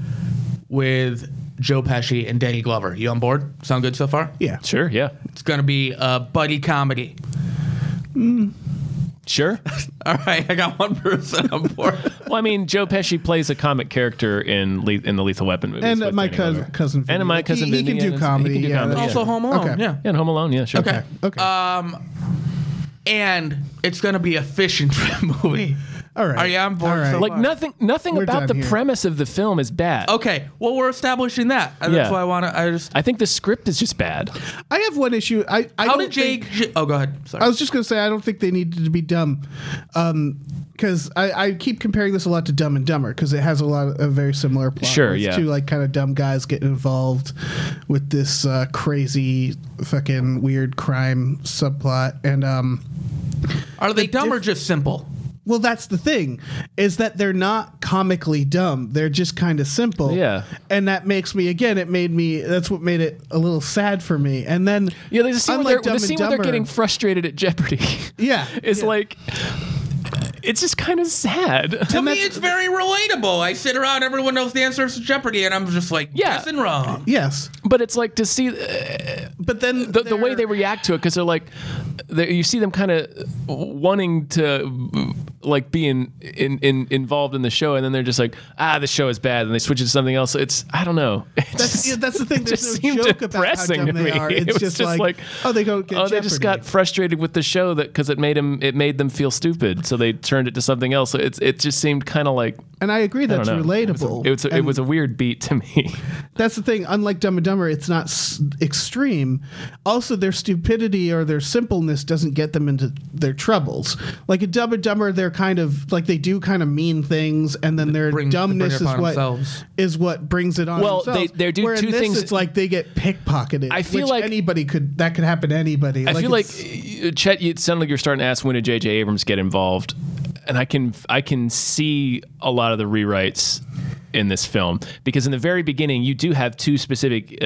[SPEAKER 4] with Joe Pesci and Danny Glover. You on board? Sound good so far?
[SPEAKER 3] Yeah.
[SPEAKER 2] Sure. Yeah.
[SPEAKER 4] It's gonna be a buddy comedy.
[SPEAKER 2] Sure.
[SPEAKER 4] All right, I got one person on board.
[SPEAKER 2] Well, I mean, Joe Pesci plays a comic character in le- in the Lethal Weapon movies.
[SPEAKER 3] And uh,
[SPEAKER 2] with
[SPEAKER 3] my
[SPEAKER 2] Danny
[SPEAKER 3] cousin,
[SPEAKER 2] Glover.
[SPEAKER 3] cousin
[SPEAKER 2] And my
[SPEAKER 3] Vinny.
[SPEAKER 2] cousin
[SPEAKER 3] he, he
[SPEAKER 2] Vinny,
[SPEAKER 3] can
[SPEAKER 2] yeah,
[SPEAKER 3] do
[SPEAKER 2] that's- he
[SPEAKER 3] comedy.
[SPEAKER 2] can do
[SPEAKER 3] yeah,
[SPEAKER 2] comedy.
[SPEAKER 3] that's-
[SPEAKER 4] also, Home Alone.
[SPEAKER 3] Okay.
[SPEAKER 4] Yeah.
[SPEAKER 2] Yeah, and Home Alone. Yeah, sure.
[SPEAKER 4] Okay.
[SPEAKER 3] Okay.
[SPEAKER 4] And it's gonna be a fishing trip movie.
[SPEAKER 3] all right.
[SPEAKER 4] Are you on board
[SPEAKER 3] All right.
[SPEAKER 4] so
[SPEAKER 2] Like nothing, nothing
[SPEAKER 3] We're
[SPEAKER 2] about the
[SPEAKER 3] done here.
[SPEAKER 2] premise of the film is bad.
[SPEAKER 4] Okay. Well, we're establishing that, and
[SPEAKER 2] Yeah.
[SPEAKER 4] that's why I want to. I just.
[SPEAKER 2] I think the script is just bad.
[SPEAKER 3] I have one issue. I, I
[SPEAKER 4] How
[SPEAKER 3] don't
[SPEAKER 4] did
[SPEAKER 3] think-
[SPEAKER 4] Jake? oh, go ahead. Sorry.
[SPEAKER 3] I was just gonna say I don't think they needed to be dumb, because I, I keep comparing this a lot to Dumb and Dumber because it has a lot of a very similar plot.
[SPEAKER 2] Sure,
[SPEAKER 3] where it's
[SPEAKER 2] yeah.
[SPEAKER 3] Two like kind of dumb guys getting involved with this uh, crazy fucking weird crime subplot, and um,
[SPEAKER 4] Are they dumb or just simple?
[SPEAKER 3] well, that's the thing is that they're not comically dumb; they're just kind of simple.
[SPEAKER 2] Yeah.
[SPEAKER 3] and that makes me again. It made me. That's what made it a little sad for me. And then
[SPEAKER 2] Yeah, there's a scene, where
[SPEAKER 3] unlike
[SPEAKER 2] they're, the
[SPEAKER 3] Dumb and
[SPEAKER 2] scene where they're
[SPEAKER 3] Dumber-
[SPEAKER 2] getting frustrated at Jeopardy.
[SPEAKER 3] Yeah,
[SPEAKER 2] is
[SPEAKER 3] yeah.
[SPEAKER 2] like, it's just kind of sad.
[SPEAKER 4] To
[SPEAKER 3] And
[SPEAKER 4] me,
[SPEAKER 3] that's-
[SPEAKER 4] it's very relatable. I sit around, everyone knows the answers to Jeopardy, and I'm just like,
[SPEAKER 2] Yeah.
[SPEAKER 4] yes and wrong.
[SPEAKER 3] yes,
[SPEAKER 2] But it's like to see
[SPEAKER 3] but then
[SPEAKER 2] the, the way
[SPEAKER 3] they're-
[SPEAKER 2] they react to it because they're like they you see them kind of wanting to like be in, in, in involved in the show and then they're just like ah the show is bad and they switch it to something else it's i don't know It's
[SPEAKER 3] That's,
[SPEAKER 2] just-
[SPEAKER 3] yeah, that's the thing.
[SPEAKER 2] it
[SPEAKER 3] There's
[SPEAKER 2] just
[SPEAKER 3] no
[SPEAKER 2] seemed
[SPEAKER 3] joke about how
[SPEAKER 2] depressing
[SPEAKER 3] dumb
[SPEAKER 2] to me
[SPEAKER 3] they are.
[SPEAKER 2] it
[SPEAKER 3] It's
[SPEAKER 2] was
[SPEAKER 3] just, like, oh, they don't get.
[SPEAKER 2] oh they just
[SPEAKER 3] Jeopardy.
[SPEAKER 2] got frustrated with the show that because it made them it made them feel stupid so they turned it to something else so it's it just seemed kind of like
[SPEAKER 3] And I agree
[SPEAKER 2] I
[SPEAKER 3] that's
[SPEAKER 2] don't know.
[SPEAKER 3] relatable.
[SPEAKER 2] It was, a, it, was a, it
[SPEAKER 3] And
[SPEAKER 2] was a weird beat to me.
[SPEAKER 3] that's the thing. Unlike Dumb and Dumber, it's not s- extreme. Also, their stupidity or their simpleness doesn't get them into their troubles. Like a Dumb and Dumber, they're kind of like they do kind of mean things, and then their
[SPEAKER 4] Bring- they bring
[SPEAKER 3] dumbness
[SPEAKER 4] it
[SPEAKER 3] is
[SPEAKER 4] upon
[SPEAKER 3] what
[SPEAKER 4] themselves.
[SPEAKER 3] is what brings it on.
[SPEAKER 2] Well,
[SPEAKER 3] themselves.
[SPEAKER 2] they- they do
[SPEAKER 3] Where in
[SPEAKER 2] two
[SPEAKER 3] this,
[SPEAKER 2] things-
[SPEAKER 3] It's like they get pickpocketed.
[SPEAKER 2] I feel
[SPEAKER 3] which
[SPEAKER 2] like-
[SPEAKER 3] anybody could that could happen to anybody.
[SPEAKER 2] I feel like
[SPEAKER 3] it's-
[SPEAKER 2] uh, Chet, it sounded like you're starting to ask when did J.J. Abrams get involved, and I can I can see a lot of the rewrites in this film because in the very beginning you do have two specific uh,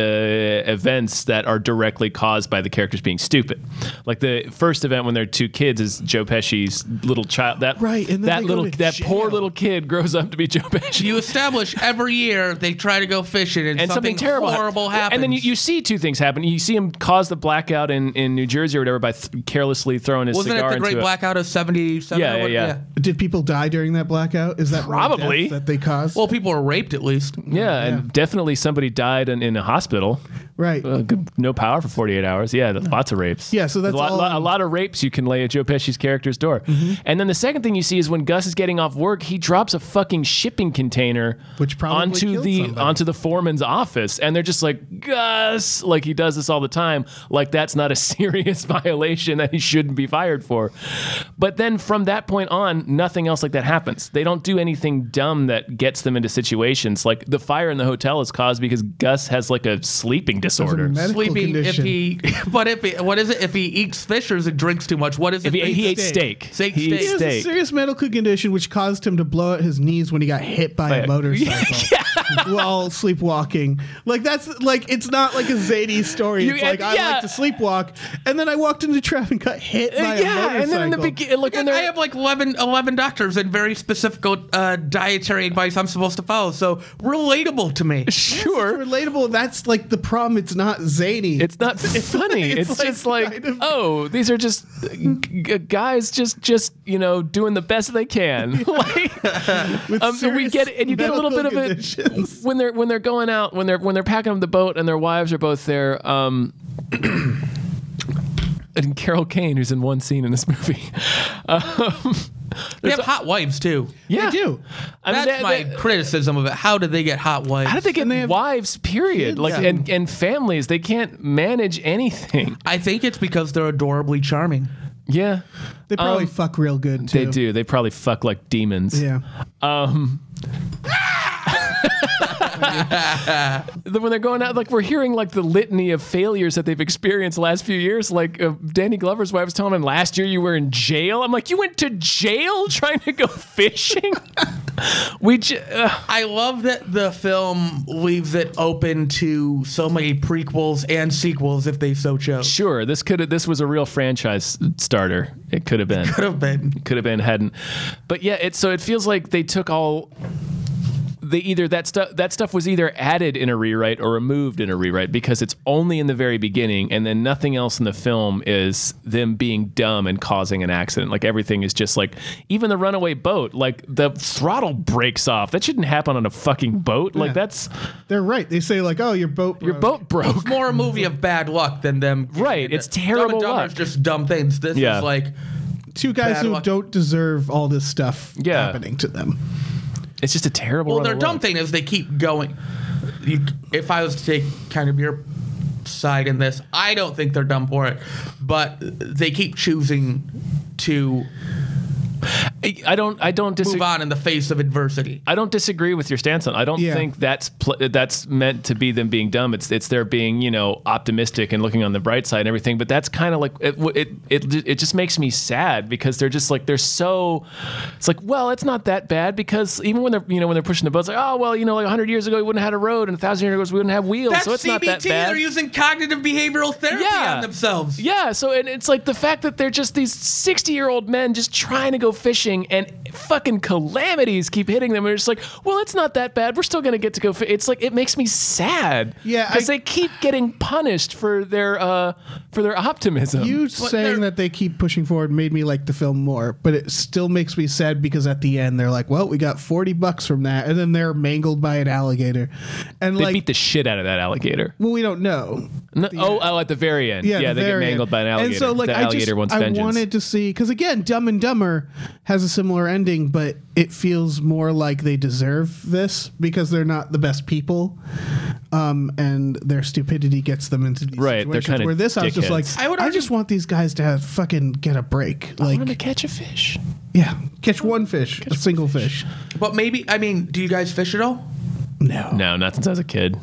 [SPEAKER 2] events that are directly caused by the characters being stupid. Like the first event when they're two kids is Joe Pesci's little child. That
[SPEAKER 3] Right, and then
[SPEAKER 2] that
[SPEAKER 3] they go
[SPEAKER 2] little
[SPEAKER 3] to
[SPEAKER 2] that poor
[SPEAKER 3] jail.
[SPEAKER 2] little kid grows up to be Joe Pesci.
[SPEAKER 4] You establish every year they try to go fishing and,
[SPEAKER 2] and something, terrible hap-
[SPEAKER 4] horrible happens.
[SPEAKER 2] And then you, you see two things happen. You see him cause the blackout in, in New Jersey or whatever by th- carelessly throwing his
[SPEAKER 4] Wasn't it
[SPEAKER 2] cigar
[SPEAKER 4] the great
[SPEAKER 2] into a-
[SPEAKER 4] blackout of 77?
[SPEAKER 2] Yeah,
[SPEAKER 4] or
[SPEAKER 2] yeah,
[SPEAKER 4] what-
[SPEAKER 2] yeah.
[SPEAKER 3] did people die during that blackout? Is that one of the
[SPEAKER 2] Probably.
[SPEAKER 3] deaths that they caused?
[SPEAKER 4] Well, people were raped at least.
[SPEAKER 2] Yeah, and definitely somebody died in, in a hospital.
[SPEAKER 3] right.
[SPEAKER 2] Uh, good- no power for 48 hours. Yeah, th- lots of rapes.
[SPEAKER 3] Yeah, so that's
[SPEAKER 2] a lot,
[SPEAKER 3] all- Mm-hmm.
[SPEAKER 2] lot- a lot of rapes you can lay at Joe Pesci's character's door. And then the second thing you see is when Gus is getting off work, he drops a fucking shipping container
[SPEAKER 3] Which probably
[SPEAKER 2] onto
[SPEAKER 3] killed
[SPEAKER 2] the
[SPEAKER 3] somebody.
[SPEAKER 2] onto the foreman's office, and they're just like Gus, like he does this all the time, like that's not a serious violation that he shouldn't be fired for. But then from that point on, nothing else like that happens. They don't do anything dumb that gets them into situations like the fire in the hotel is caused because Gus has like a sleeping disorder.
[SPEAKER 3] medical
[SPEAKER 4] Sleeping if
[SPEAKER 3] condition.
[SPEAKER 4] he, but if he, what is it? If he eats fishers and drinks too much, what is it?
[SPEAKER 2] If he,
[SPEAKER 4] they
[SPEAKER 2] he ate
[SPEAKER 4] say?
[SPEAKER 2] steak.
[SPEAKER 4] Steak,
[SPEAKER 2] he ate
[SPEAKER 4] steak.
[SPEAKER 3] He has a
[SPEAKER 2] steak.
[SPEAKER 3] serious medical condition which caused him to blow out his knees when he got hit by
[SPEAKER 2] a-
[SPEAKER 3] a motorcycle while sleepwalking. Like that's like it's not like a zany story.
[SPEAKER 2] You-
[SPEAKER 3] It's like I
[SPEAKER 2] yeah. Uh,
[SPEAKER 3] like to sleepwalk, and then I walked into traffic and got hit by a motorcycle.
[SPEAKER 2] Yeah, and then in the beginning, like when
[SPEAKER 4] And
[SPEAKER 2] they're
[SPEAKER 4] I have like 11, 11 doctors and very specific uh, dietary advice I'm supposed to follow. So relatable to me.
[SPEAKER 2] sure,
[SPEAKER 3] It's relatable. That's like the problem. It's not zany.
[SPEAKER 2] It's not funny. It's,
[SPEAKER 3] it's like
[SPEAKER 2] just like,
[SPEAKER 3] kind of-
[SPEAKER 2] oh, these are just g- g- guys, just just you know, doing the best they can. like,
[SPEAKER 3] With
[SPEAKER 2] um, and we
[SPEAKER 3] serious
[SPEAKER 2] get and you get a little bit of
[SPEAKER 3] medical
[SPEAKER 2] it
[SPEAKER 3] conditions.
[SPEAKER 2] when they're when they're going out when they're when they're packing up the boat and their wives are both there. Um, and Carol Kane, who's in one scene in this movie. Um,
[SPEAKER 4] They have hot wives too.
[SPEAKER 2] yeah,
[SPEAKER 3] They do.
[SPEAKER 2] I mean,
[SPEAKER 4] That's
[SPEAKER 2] they-
[SPEAKER 4] my
[SPEAKER 2] they-
[SPEAKER 4] criticism of it. How did they get hot wives?
[SPEAKER 2] how did they get
[SPEAKER 3] And they have
[SPEAKER 2] wives? Period. Like
[SPEAKER 3] Yeah.
[SPEAKER 2] and, and families, they can't manage anything.
[SPEAKER 4] I think it's because they're adorably charming.
[SPEAKER 2] Yeah,
[SPEAKER 3] They probably fuck real good too.
[SPEAKER 2] um, they do. They probably fuck like demons.
[SPEAKER 3] Yeah.
[SPEAKER 2] the- when they're going out, like we're hearing like the litany of failures that they've experienced the last few years. Like uh, Danny Glover's wife was telling him last year you were in jail. I'm like, you went to jail trying to go fishing. we j- uh,
[SPEAKER 4] I love that the film leaves it open to so many prequels and sequels if they so chose.
[SPEAKER 2] sure this could this was a real franchise starter. It could have been.
[SPEAKER 4] Could have been.
[SPEAKER 2] could have been hadn't but yeah it so it feels like they took all they either that stuff that stuff was either added in a rewrite or removed in a rewrite because it's only in the very beginning and then nothing else in the film is them being dumb and causing an accident like everything is just like even the runaway boat like the throttle breaks off that shouldn't happen on a fucking boat like
[SPEAKER 3] Yeah.
[SPEAKER 2] that's
[SPEAKER 3] They're right. They say like, "Oh, your boat.
[SPEAKER 2] your
[SPEAKER 3] broke.
[SPEAKER 2] boat broke
[SPEAKER 4] More a movie of bad luck than them. getting
[SPEAKER 2] Right,
[SPEAKER 4] into-
[SPEAKER 2] it's terrible
[SPEAKER 4] Dumb and Dumber
[SPEAKER 2] luck.
[SPEAKER 4] is just dumb things. This
[SPEAKER 2] Yeah.
[SPEAKER 4] is like
[SPEAKER 3] Two guys
[SPEAKER 4] Bad
[SPEAKER 3] who
[SPEAKER 4] luck.
[SPEAKER 3] don't deserve all this stuff
[SPEAKER 2] Yeah.
[SPEAKER 3] happening to them."
[SPEAKER 2] it's just a terrible
[SPEAKER 4] Well, their
[SPEAKER 2] runaway.
[SPEAKER 4] dumb thing is they keep going. You, if I was to take kind of your side in this, I don't think they're dumb for it, but they keep choosing to
[SPEAKER 2] i don't i don't disagree
[SPEAKER 4] move on in the face of adversity.
[SPEAKER 2] I don't disagree with your stance on. I don't
[SPEAKER 3] Yeah.
[SPEAKER 2] think that's pl- that's meant to be them being dumb. It's it's their being you know optimistic and looking on the bright side and everything. But that's kind of like it, w- it it it just makes me sad because they're just like they're so. It's like well, it's not that bad because even when they're you know when they're pushing the boats like oh well you know like hundred years ago we wouldn't have had a road and thousand years ago we wouldn't have wheels
[SPEAKER 4] That's
[SPEAKER 2] so it's
[SPEAKER 4] CBT.
[SPEAKER 2] not that bad.
[SPEAKER 4] They're using cognitive behavioral therapy
[SPEAKER 2] Yeah.
[SPEAKER 4] on themselves.
[SPEAKER 2] Yeah, so and it's like the fact that they're just these 60-year-old men just trying to go fishing and fucking calamities keep hitting them and it's like, "Well, it's not that bad. We're still going to get to go fi-. It's like it makes me sad.
[SPEAKER 3] Yeah,
[SPEAKER 2] cuz
[SPEAKER 3] I-
[SPEAKER 2] they keep getting punished for their uh for their optimism.
[SPEAKER 3] You
[SPEAKER 4] they're-
[SPEAKER 3] saying that they keep pushing forward made me like the film more, but it still makes me sad because at the end they're like, "Well, we got forty bucks from that," and then they're mangled by an alligator, and
[SPEAKER 2] they
[SPEAKER 3] like,
[SPEAKER 2] beat the shit out of that alligator.
[SPEAKER 3] well, we don't know.
[SPEAKER 2] No, oh, oh, at the very end. Yeah,
[SPEAKER 3] the
[SPEAKER 2] they get
[SPEAKER 3] very
[SPEAKER 2] mangled
[SPEAKER 3] end.
[SPEAKER 2] by an alligator.
[SPEAKER 3] And so, like,
[SPEAKER 2] the
[SPEAKER 3] I
[SPEAKER 2] alligator
[SPEAKER 3] just
[SPEAKER 2] wants
[SPEAKER 3] I
[SPEAKER 2] vengeance.
[SPEAKER 3] wanted to see because again, Dumb and Dumber has has a similar ending, but it feels more like they deserve this because they're not the best people, um, and their stupidity gets them into these
[SPEAKER 2] Right, they're
[SPEAKER 3] situations
[SPEAKER 2] kinda
[SPEAKER 3] where this I was just like,
[SPEAKER 2] dickheads.
[SPEAKER 3] I,
[SPEAKER 4] I would
[SPEAKER 3] just
[SPEAKER 4] argue-
[SPEAKER 3] want these guys to have fucking get a break,
[SPEAKER 2] I
[SPEAKER 3] like
[SPEAKER 2] wanted to catch a fish.
[SPEAKER 3] yeah, catch one fish, a single fish.
[SPEAKER 4] But maybe I mean, do you guys fish at all?
[SPEAKER 3] No,
[SPEAKER 2] No, not since I was a kid.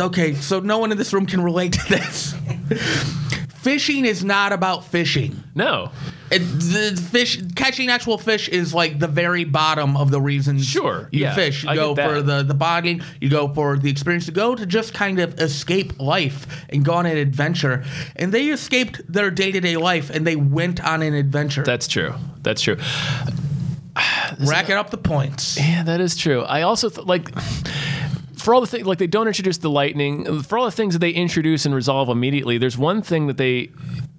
[SPEAKER 4] Okay, so no one in this room can relate to this. fishing is not about fishing.
[SPEAKER 2] No.
[SPEAKER 4] It, the fish catching actual fish is like the very bottom of the reason.
[SPEAKER 2] Sure,
[SPEAKER 4] you
[SPEAKER 2] yeah,
[SPEAKER 4] fish. You
[SPEAKER 2] I
[SPEAKER 4] go
[SPEAKER 2] get
[SPEAKER 4] for
[SPEAKER 2] that.
[SPEAKER 4] the the bogging. You go for the experience. You go to just kind of escape life and go on an adventure. And they escaped their day to day life and they went on an adventure,
[SPEAKER 2] That's true. That's true.
[SPEAKER 4] racking up the points.
[SPEAKER 2] Yeah, that is true. I also th- like for all the things like they don't introduce the lightning. For all the things that they introduce and resolve immediately, there's one thing that they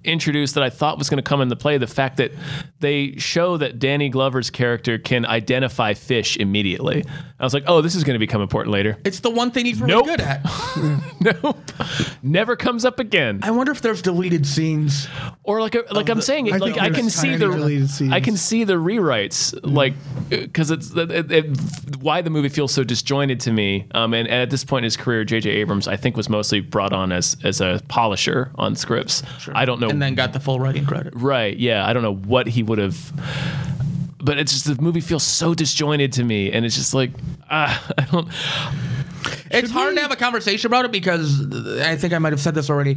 [SPEAKER 2] introduced that I thought was going to come into play: the fact that they show that Danny Glover's character can identify fish immediately. I was like, oh, this is going to become important later.
[SPEAKER 4] It's the one thing he's really
[SPEAKER 2] Nope.
[SPEAKER 4] good at.
[SPEAKER 2] nope, never comes up again.
[SPEAKER 4] I wonder if there's deleted scenes.
[SPEAKER 2] Or like, a, like I'm saying, it,
[SPEAKER 3] I
[SPEAKER 2] like
[SPEAKER 3] think
[SPEAKER 2] I can
[SPEAKER 3] there's
[SPEAKER 2] see
[SPEAKER 3] tiny
[SPEAKER 2] the
[SPEAKER 3] deleted scenes.
[SPEAKER 2] I can see the rewrites, like because it's it, it, it- why the movie feels so disjointed to me. Um, and, and at this point in his career, J.J. Abrams, I think, was mostly brought on as as a polisher on scripts. I don't know.
[SPEAKER 4] And then got the full writing credit.
[SPEAKER 2] right? Yeah, I don't know what he would have. But it's just the movie feels so disjointed to me, and it's just like ah, I don't.
[SPEAKER 4] It's hard to have a conversation about it because uh, I think I might have said this already.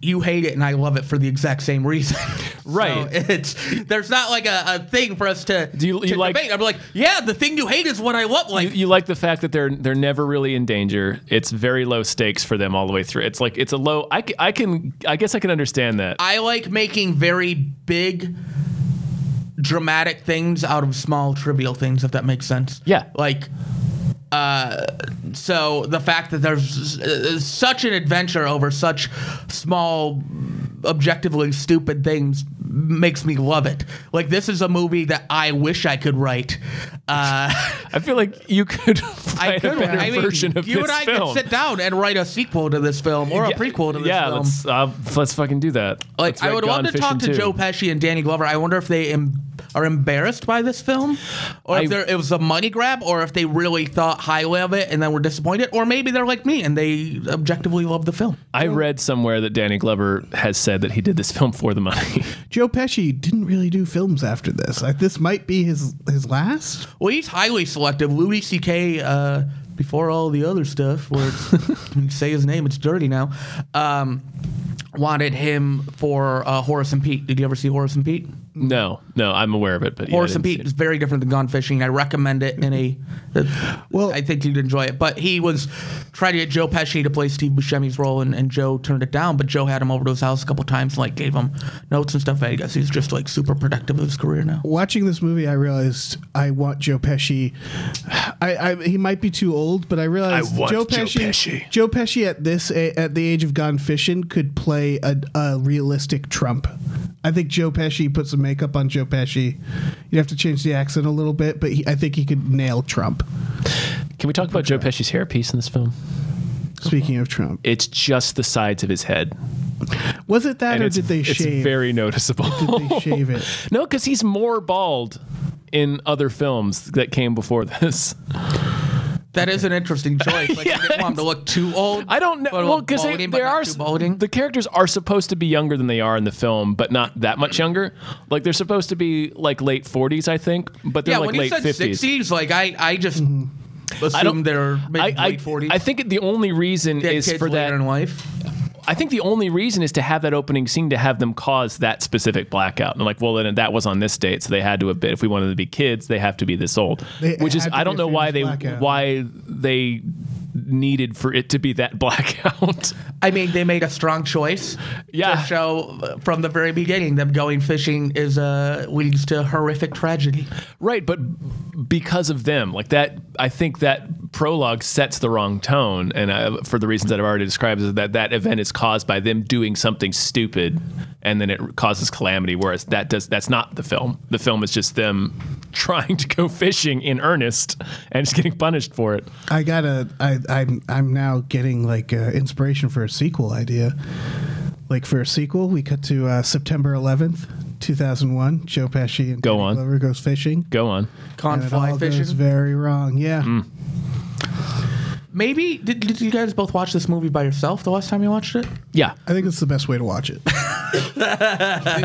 [SPEAKER 4] You hate it and I love it for the exact same reason.
[SPEAKER 2] Right.
[SPEAKER 4] So it's there's not like a, a thing for us to
[SPEAKER 2] Do you-
[SPEAKER 4] to
[SPEAKER 2] you like-
[SPEAKER 4] debate. I'm like, yeah, the thing you hate is what I love. Like
[SPEAKER 2] you like the fact that they're they're never really in danger. It's very low stakes for them all the way through. It's like it's a low. I, c- I can I guess I can understand that.
[SPEAKER 4] I like making very big dramatic things out of small trivial things if that makes sense.
[SPEAKER 2] Yeah.
[SPEAKER 4] Like uh so the fact that there's uh, such an adventure over such small objectively stupid things makes me love it. Like this is a movie that I wish I could write. Uh
[SPEAKER 2] I feel like you could write a better
[SPEAKER 4] I mean,
[SPEAKER 2] version of
[SPEAKER 4] you
[SPEAKER 2] this
[SPEAKER 4] and I
[SPEAKER 2] film.
[SPEAKER 4] could sit down and write a sequel to this film or a
[SPEAKER 2] Yeah,
[SPEAKER 4] prequel to this
[SPEAKER 2] yeah,
[SPEAKER 4] film.
[SPEAKER 2] let's uh, let's fucking do that.
[SPEAKER 4] Like
[SPEAKER 2] Let's
[SPEAKER 4] I
[SPEAKER 2] write
[SPEAKER 4] would love
[SPEAKER 2] Gone
[SPEAKER 4] to talk
[SPEAKER 2] Fishing
[SPEAKER 4] to Joe
[SPEAKER 2] too.
[SPEAKER 4] Pesci and Danny Glover. I wonder if they em- are embarrassed by this film, or
[SPEAKER 2] I-
[SPEAKER 4] if there, it was a money grab, or if they really thought highly of it and then were disappointed, or maybe they're like me and they objectively love the film.
[SPEAKER 2] I read somewhere that Danny Glover has said that he did this film for the money.
[SPEAKER 3] Joe Pesci didn't really do films after this. Like this might be his his last.
[SPEAKER 4] Well, he's highly selective. Louis C.K. Uh, before all the other stuff, where it's, you say his name, it's dirty now. Um, wanted him for uh, Horace and Pete. Did you ever see Horace and Pete?
[SPEAKER 2] no, no, I'm aware of it, but yeah, I
[SPEAKER 4] Horace and
[SPEAKER 2] didn't see
[SPEAKER 4] Pete
[SPEAKER 2] it.
[SPEAKER 4] is very different than Gone Fishing. I recommend it in a.
[SPEAKER 3] Well-
[SPEAKER 4] well, I think you'd enjoy it. But he was trying to get Joe Pesci to play Steve Buscemi's role, and, and Joe turned it down. But Joe had him over to his house a couple times, like gave him notes and stuff. I guess he's just like super productive of his career now.
[SPEAKER 3] Watching this movie, I realized I want Joe Pesci. I, I he might be too old, but I realized
[SPEAKER 2] I want
[SPEAKER 3] Joe
[SPEAKER 2] Joe
[SPEAKER 3] Pesci.
[SPEAKER 2] Pesci.
[SPEAKER 3] Joe Pesci at this a- at the age of gone fishing could play a, a realistic Trump. I think Joe Pesci put some makeup on Joe Pesci. You'd have to change the accent a little bit, but he, I think he could nail Trump.
[SPEAKER 2] Can we talk about Joe Pesci's hairpiece in this film?
[SPEAKER 3] Speaking of Trump,
[SPEAKER 2] It's just the sides of his head,
[SPEAKER 3] was it that
[SPEAKER 2] and
[SPEAKER 3] or
[SPEAKER 2] it's,
[SPEAKER 3] did they
[SPEAKER 2] it's
[SPEAKER 3] shave?
[SPEAKER 2] very noticeable.
[SPEAKER 3] did they shave it?
[SPEAKER 2] No, because he's more bald in other films that came before this.
[SPEAKER 4] That is an interesting choice. Like, I didn't want him to look too old.
[SPEAKER 2] I don't know.
[SPEAKER 4] but
[SPEAKER 2] Well, because they,
[SPEAKER 4] balding,
[SPEAKER 2] they
[SPEAKER 4] but not
[SPEAKER 2] are
[SPEAKER 4] too
[SPEAKER 2] s-
[SPEAKER 4] balding.
[SPEAKER 2] the characters are supposed to be younger than they are in the film, but not that much younger. Like they're supposed to be like late forties, I think, but they're
[SPEAKER 4] yeah,
[SPEAKER 2] like
[SPEAKER 4] when
[SPEAKER 2] late
[SPEAKER 4] you said
[SPEAKER 2] fifties.
[SPEAKER 4] sixties, like I, I just assumed they're mid
[SPEAKER 2] I, I,
[SPEAKER 4] late forties.
[SPEAKER 2] I think the only reason is
[SPEAKER 4] kids
[SPEAKER 2] for
[SPEAKER 4] later
[SPEAKER 2] that.
[SPEAKER 4] in life.
[SPEAKER 2] I think the only reason is to have that opening scene to have them cause that specific blackout. And like, well, then that was on this date, so they had to have been. If we wanted to be kids, they have to be this old.
[SPEAKER 3] They
[SPEAKER 2] Which is,
[SPEAKER 3] had to
[SPEAKER 2] I
[SPEAKER 3] be
[SPEAKER 2] don't
[SPEAKER 3] a
[SPEAKER 2] know why they
[SPEAKER 3] famous blackout.
[SPEAKER 2] why they needed for it to be that blackout.
[SPEAKER 4] I mean, they made a strong choice.
[SPEAKER 2] Yeah.
[SPEAKER 4] To show uh, from the very beginning them going fishing is uh, leads to horrific tragedy.
[SPEAKER 2] Right, but because of them, like that, I think that prologue sets the wrong tone, and I, for the reasons that I've already described, is that that event is caused by them doing something stupid, and then it causes calamity. Whereas that does that's not the film. The film is just them trying to go fishing in earnest and just getting punished for it.
[SPEAKER 3] I gotta. I, I'm. I'm now getting like uh, inspiration for a sequel idea. Like for a sequel, we cut to uh, September 11th, 2001, Joe Pesci and
[SPEAKER 2] Go
[SPEAKER 3] Danny
[SPEAKER 2] on.
[SPEAKER 3] Glover goes fishing.
[SPEAKER 2] Go on.
[SPEAKER 4] Con
[SPEAKER 3] and it
[SPEAKER 4] fly
[SPEAKER 3] all
[SPEAKER 4] fishing.
[SPEAKER 3] goes very wrong. Yeah.
[SPEAKER 2] Hmm.
[SPEAKER 4] Maybe did, did you guys both watch this movie by yourself the last time you watched it?
[SPEAKER 2] Yeah.
[SPEAKER 3] I think it's the best way to watch it.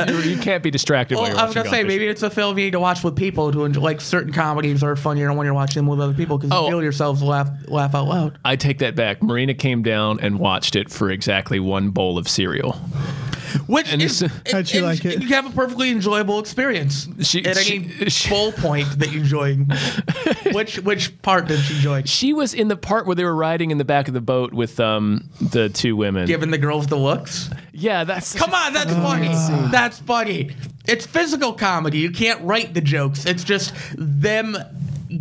[SPEAKER 2] you you can't be distracted while
[SPEAKER 4] Well,
[SPEAKER 2] you're
[SPEAKER 4] I was
[SPEAKER 2] watching
[SPEAKER 4] gonna say
[SPEAKER 2] Gone
[SPEAKER 4] maybe it's a film you need to watch with people to enjoy. Like certain comedies are funnier when you're watching them with other people because
[SPEAKER 2] Oh.
[SPEAKER 4] you feel yourselves laugh laugh out loud.
[SPEAKER 2] I take that back. Marina came down and watched it for exactly one bowl of cereal.
[SPEAKER 4] Which
[SPEAKER 2] And
[SPEAKER 4] is,
[SPEAKER 2] this-
[SPEAKER 3] How'd you
[SPEAKER 4] and
[SPEAKER 3] like it?
[SPEAKER 4] You have a perfectly enjoyable experience
[SPEAKER 2] She-
[SPEAKER 4] at
[SPEAKER 2] she-
[SPEAKER 4] any
[SPEAKER 2] she-
[SPEAKER 4] full point that you enjoy. which which part did she enjoy?
[SPEAKER 2] She was in the part where they were riding in the back of the boat with um, the two women.
[SPEAKER 4] Giving the girls the looks.
[SPEAKER 2] yeah, that's
[SPEAKER 4] Come on, that's funny. That's funny. It's physical comedy. You can't write the jokes. It's just them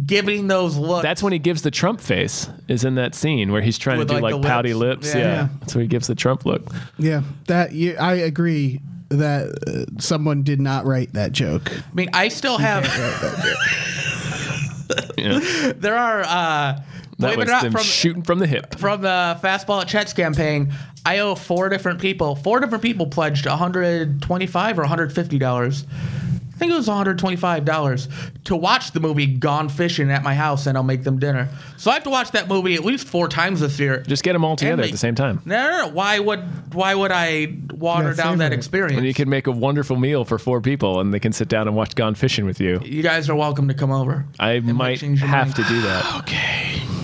[SPEAKER 4] giving those looks.
[SPEAKER 2] That's when he gives the Trump face. Is in that scene where he's trying
[SPEAKER 4] With,
[SPEAKER 2] to do
[SPEAKER 4] like,
[SPEAKER 2] like,
[SPEAKER 4] the
[SPEAKER 2] pouty
[SPEAKER 4] lips.
[SPEAKER 2] lips.
[SPEAKER 4] Yeah.
[SPEAKER 2] Yeah.
[SPEAKER 3] Yeah.
[SPEAKER 2] that's where he gives the Trump look.
[SPEAKER 3] yeah. That you, I agree that uh, someone did not write that joke.
[SPEAKER 4] I mean, I still have.
[SPEAKER 2] Yeah.
[SPEAKER 4] there are. Uh,
[SPEAKER 2] That
[SPEAKER 4] believe it
[SPEAKER 2] was
[SPEAKER 4] or not,
[SPEAKER 2] them
[SPEAKER 4] from
[SPEAKER 2] shooting from the hip.
[SPEAKER 4] from the fastball at Chet's campaign. I owe four different people. Four different people pledged 125 or 150 dollars. I think it was 125 dollars to watch the movie Gone Fishing at my house, and I'll make them dinner. So I have to watch that movie at least four times this year.
[SPEAKER 2] Just get them all together
[SPEAKER 4] they-
[SPEAKER 2] at the same time.
[SPEAKER 4] No, no, no. Why would why would I water
[SPEAKER 3] Yeah,
[SPEAKER 4] down that
[SPEAKER 3] favorite.
[SPEAKER 4] experience?
[SPEAKER 2] And you can make a wonderful meal for four people, and they can sit down and watch Gone Fishing with you.
[SPEAKER 4] you guys are welcome to come over.
[SPEAKER 2] I might
[SPEAKER 4] change your
[SPEAKER 2] have
[SPEAKER 4] mind.
[SPEAKER 2] to do that.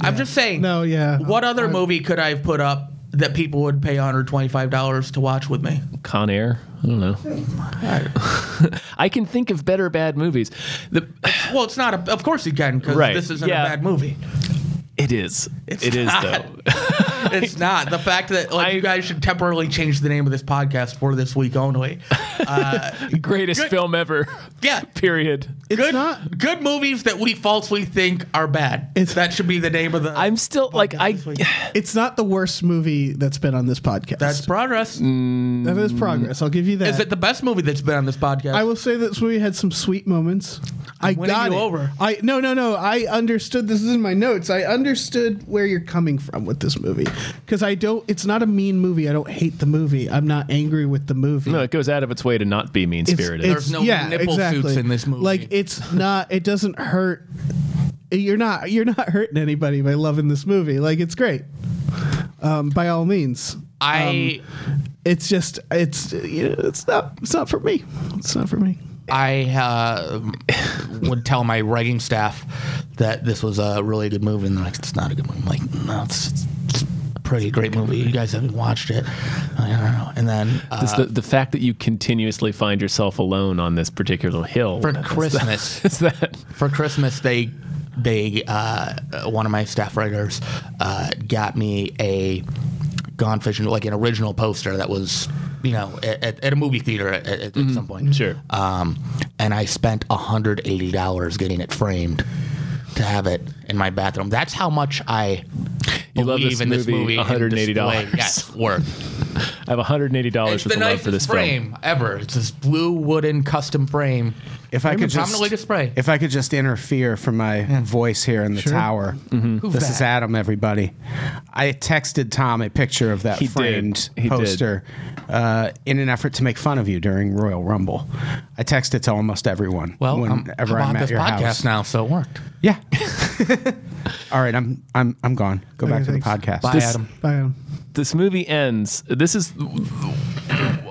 [SPEAKER 4] I'm just saying.
[SPEAKER 3] No, yeah.
[SPEAKER 4] What other
[SPEAKER 3] I-
[SPEAKER 4] movie could I have put up that people would pay 125 dollars to watch with me?
[SPEAKER 2] Con Air. I don't know. I can think of better bad movies. The,
[SPEAKER 4] Well, it's not. A, of course you can, because
[SPEAKER 2] Right,
[SPEAKER 4] this isn't
[SPEAKER 2] yeah.
[SPEAKER 4] a bad movie.
[SPEAKER 2] it is. It's
[SPEAKER 4] not.
[SPEAKER 2] though.
[SPEAKER 4] It's not. The fact that like
[SPEAKER 2] I-
[SPEAKER 4] you guys should temporarily change the name of this podcast for this week only. Uh,
[SPEAKER 2] Greatest film ever.
[SPEAKER 4] Yeah.
[SPEAKER 2] Period.
[SPEAKER 3] It's
[SPEAKER 4] good,
[SPEAKER 3] not.
[SPEAKER 4] good movies that we falsely think are bad.
[SPEAKER 3] It's-
[SPEAKER 4] that should be the name of the.
[SPEAKER 2] I'm still like I.
[SPEAKER 4] this week.
[SPEAKER 3] It's not the worst movie that's been on this podcast.
[SPEAKER 4] that's progress.
[SPEAKER 3] that is progress. I'll give you that.
[SPEAKER 4] Is it the best movie that's been on this podcast?
[SPEAKER 3] I will say this movie had some sweet moments. I
[SPEAKER 4] winning
[SPEAKER 3] got
[SPEAKER 4] you
[SPEAKER 3] it.
[SPEAKER 4] over.
[SPEAKER 3] I no no no. I understood. This is in my notes. I understood where you're coming from with this movie because I don't. It's not a mean movie. I don't hate the movie. I'm not angry with the movie.
[SPEAKER 2] No, it goes out of its way to not be mean
[SPEAKER 3] It's-
[SPEAKER 2] spirited.
[SPEAKER 3] it's-
[SPEAKER 4] There's no nipple suits in this movie.
[SPEAKER 3] Like it's not. It doesn't hurt. You're not. You're not hurting anybody by loving this movie. Like it's great. Um, by all means,
[SPEAKER 4] I
[SPEAKER 3] it's just. It's. You know, it's not. It's not for me. It's not for me.
[SPEAKER 4] I uh, would tell my writing staff that this was a really good movie, and they're like, "It's not a good movie." I'm like, "No, it's, it's, it's a pretty great movie. You guys haven't watched it." I don't know. And then uh,
[SPEAKER 2] It's the, the fact that you continuously find yourself alone on this particular hill
[SPEAKER 4] for Christmas,
[SPEAKER 2] is that
[SPEAKER 4] for Christmas they they uh, one of my staff writers uh, got me a Gone Fishing like an original poster that was you know at, at- at a movie theater at, at, at some point.
[SPEAKER 2] Mm-hmm. Sure.
[SPEAKER 4] Um, and I spent hundred eighty dollars getting it framed to have it in my bathroom. That's how much I.
[SPEAKER 2] You love
[SPEAKER 4] believe
[SPEAKER 2] this
[SPEAKER 4] in this
[SPEAKER 2] movie,
[SPEAKER 4] movie. and
[SPEAKER 2] $180.
[SPEAKER 4] display- Yes, worth.
[SPEAKER 2] I have 180 dollars
[SPEAKER 4] It's
[SPEAKER 2] for
[SPEAKER 4] the
[SPEAKER 2] the love for this
[SPEAKER 4] nicest frame ever. It's this blue wooden custom frame.
[SPEAKER 5] If I could just,
[SPEAKER 4] Predominantly to spray.
[SPEAKER 5] if I could just interfere from my voice here in the tower, this
[SPEAKER 4] Mm-hmm. that?
[SPEAKER 5] is Adam. Everybody, I texted Tom a picture of that
[SPEAKER 2] He did.
[SPEAKER 5] framed
[SPEAKER 2] He did.
[SPEAKER 5] poster Uh, in an effort to make fun of you during Royal Rumble. I texted to almost everyone.
[SPEAKER 4] Well, I'm,
[SPEAKER 5] whenever
[SPEAKER 4] I'm
[SPEAKER 5] I'm,
[SPEAKER 4] on
[SPEAKER 5] at
[SPEAKER 4] this
[SPEAKER 5] your
[SPEAKER 4] podcast
[SPEAKER 5] house
[SPEAKER 4] now, so it worked.
[SPEAKER 5] Yeah. All right, I'm I'm I'm gone. Go back
[SPEAKER 3] Okay,
[SPEAKER 5] to the
[SPEAKER 3] thanks.
[SPEAKER 5] podcast.
[SPEAKER 4] Bye,
[SPEAKER 2] This-
[SPEAKER 4] Adam.
[SPEAKER 3] Bye. Adam.
[SPEAKER 2] film. This movie ends. This is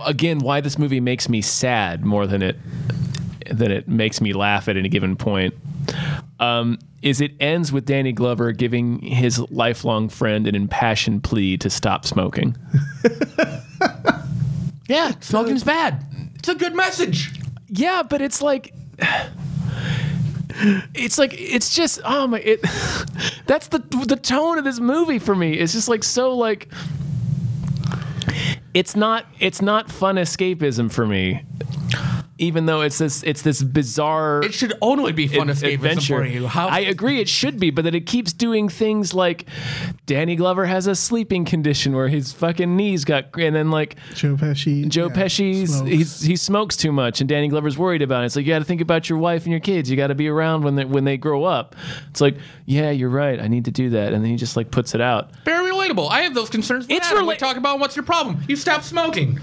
[SPEAKER 2] again why this movie makes me sad more than it than it makes me laugh at any given point. Um, is it ends with Danny Glover giving his lifelong friend an impassioned plea to stop smoking?
[SPEAKER 4] Yeah, smoking's bad. It's a good message.
[SPEAKER 2] Yeah, but it's like it's like it's just oh my it that's the the tone of this movie for me. It's just like so like it's not it's not fun escapism for me. Even though it's this it's this bizarre
[SPEAKER 4] It should only be fun
[SPEAKER 2] ad-
[SPEAKER 4] escapism for you. How,
[SPEAKER 2] I agree it should be, but then it keeps doing things like Danny Glover has a sleeping condition where his fucking knees got and then like
[SPEAKER 3] Joe Pesci.
[SPEAKER 2] Joe
[SPEAKER 3] yeah,
[SPEAKER 2] Pesci's
[SPEAKER 3] smokes.
[SPEAKER 2] he's, he smokes too much, and Danny Glover's worried about it. It's like you got to think about your wife and your kids. You got to be around when they when they grow up. It's like, yeah, you're right. I need to do that, and then he just like puts it out.
[SPEAKER 4] very relatable. I have those concerns.
[SPEAKER 2] It's
[SPEAKER 4] It's Adam.
[SPEAKER 2] rela-
[SPEAKER 4] we talk about what's your problem. You stop smoking.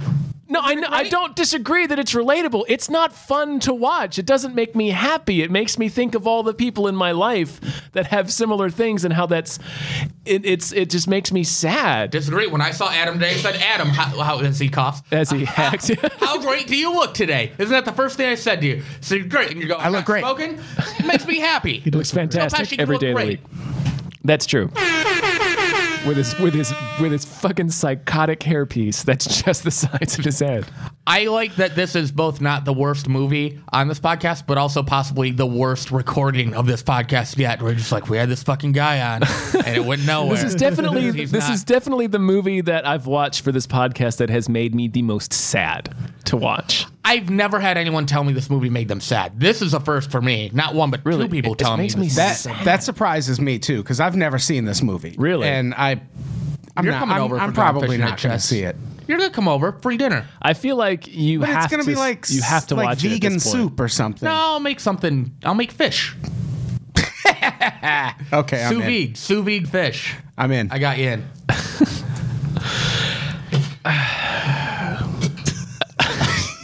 [SPEAKER 2] No, I, know, I don't disagree that it's relatable. It's not fun to watch. It doesn't make me happy. It makes me think of all the people in my life that have similar things and how that's it, it's it just makes me sad
[SPEAKER 4] Disagree. When I saw Adam today, I said, Adam, how, how as he coughs,
[SPEAKER 2] as he hacks.
[SPEAKER 4] how great do you look today? Isn't that the first thing I said to you? So you're great. And you go, I
[SPEAKER 5] look great.
[SPEAKER 4] Smoking? Makes me happy.
[SPEAKER 2] He looks
[SPEAKER 4] Pesci,
[SPEAKER 2] fantastic
[SPEAKER 4] you
[SPEAKER 2] every
[SPEAKER 4] look
[SPEAKER 2] day of the
[SPEAKER 4] great.
[SPEAKER 2] week. That's true. With his with his with his fucking psychotic hairpiece that's just the size of his head.
[SPEAKER 4] I like that this is both not the worst movie on this podcast, but also possibly the worst recording of this podcast yet. We're just like, we had this fucking guy on and it went nowhere.
[SPEAKER 2] This is definitely
[SPEAKER 4] He's
[SPEAKER 2] this
[SPEAKER 4] not-
[SPEAKER 2] is definitely the movie that I've watched for this podcast that has made me the most sad to watch.
[SPEAKER 4] I've never had anyone tell me this movie made them sad. This is a first for me. Not one, but
[SPEAKER 2] Really,
[SPEAKER 4] two people
[SPEAKER 2] it- it
[SPEAKER 4] tell me.
[SPEAKER 2] makes me
[SPEAKER 4] this-
[SPEAKER 2] sad.
[SPEAKER 5] That that surprises me too because I've never seen this movie.
[SPEAKER 2] Really?
[SPEAKER 5] and I, I'm
[SPEAKER 4] You're
[SPEAKER 5] not.
[SPEAKER 4] coming
[SPEAKER 5] I'm,
[SPEAKER 4] over
[SPEAKER 5] I'm
[SPEAKER 4] for Dog
[SPEAKER 5] probably
[SPEAKER 4] Fishing
[SPEAKER 5] not
[SPEAKER 4] at
[SPEAKER 5] going to
[SPEAKER 4] Chess.
[SPEAKER 5] see it.
[SPEAKER 4] You're gonna come over free dinner.
[SPEAKER 2] I feel like you
[SPEAKER 5] But
[SPEAKER 2] have
[SPEAKER 5] it's going
[SPEAKER 2] to
[SPEAKER 5] to be
[SPEAKER 2] s-
[SPEAKER 5] like
[SPEAKER 2] you have to
[SPEAKER 5] like
[SPEAKER 2] watch it at
[SPEAKER 5] vegan
[SPEAKER 2] this point.
[SPEAKER 5] soup or something.
[SPEAKER 4] No, I'll make something. I'll make fish.
[SPEAKER 5] Okay, I'm
[SPEAKER 4] sous
[SPEAKER 5] in.
[SPEAKER 4] vide, sous vide fish.
[SPEAKER 5] I'm in.
[SPEAKER 4] I got you in.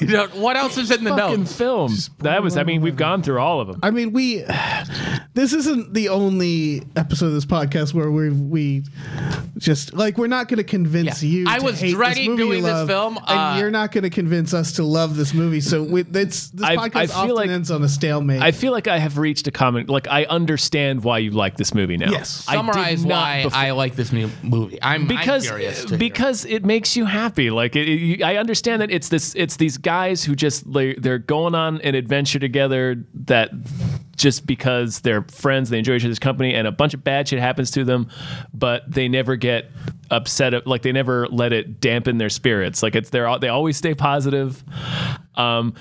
[SPEAKER 4] you know, what else is in the
[SPEAKER 2] Fucking
[SPEAKER 4] notes?
[SPEAKER 2] film. That was. I mean, we've gone through all of them.
[SPEAKER 3] I mean, we. This isn't the only episode of this podcast where we we just like we're not going to convince
[SPEAKER 4] Yeah.
[SPEAKER 3] you.
[SPEAKER 4] I
[SPEAKER 3] to
[SPEAKER 4] was
[SPEAKER 3] hate
[SPEAKER 4] dreading
[SPEAKER 3] this movie you
[SPEAKER 4] doing this
[SPEAKER 3] love,
[SPEAKER 4] film, uh,
[SPEAKER 3] and you're not going to convince us to love this movie. So we, it's, this
[SPEAKER 2] I-
[SPEAKER 3] podcast
[SPEAKER 2] I feel
[SPEAKER 3] often
[SPEAKER 2] like-
[SPEAKER 3] ends on a stalemate.
[SPEAKER 2] I feel like I have reached a common. Like I understand why you like this movie now.
[SPEAKER 3] Yes.
[SPEAKER 2] I did
[SPEAKER 4] Summarize
[SPEAKER 2] not
[SPEAKER 4] why
[SPEAKER 2] before.
[SPEAKER 4] I like this new movie. I'm
[SPEAKER 2] because
[SPEAKER 4] I'm curious to hear.
[SPEAKER 2] because it makes you happy. Like it, it- you- I understand that it's this it's these guys who just like, they're going on an adventure together that just because they're friends, they enjoy each other's company, and a bunch of bad shit happens to them, but they never get upset. at- Like they never let it dampen their spirits. Like it's they're all, they always stay positive. Um,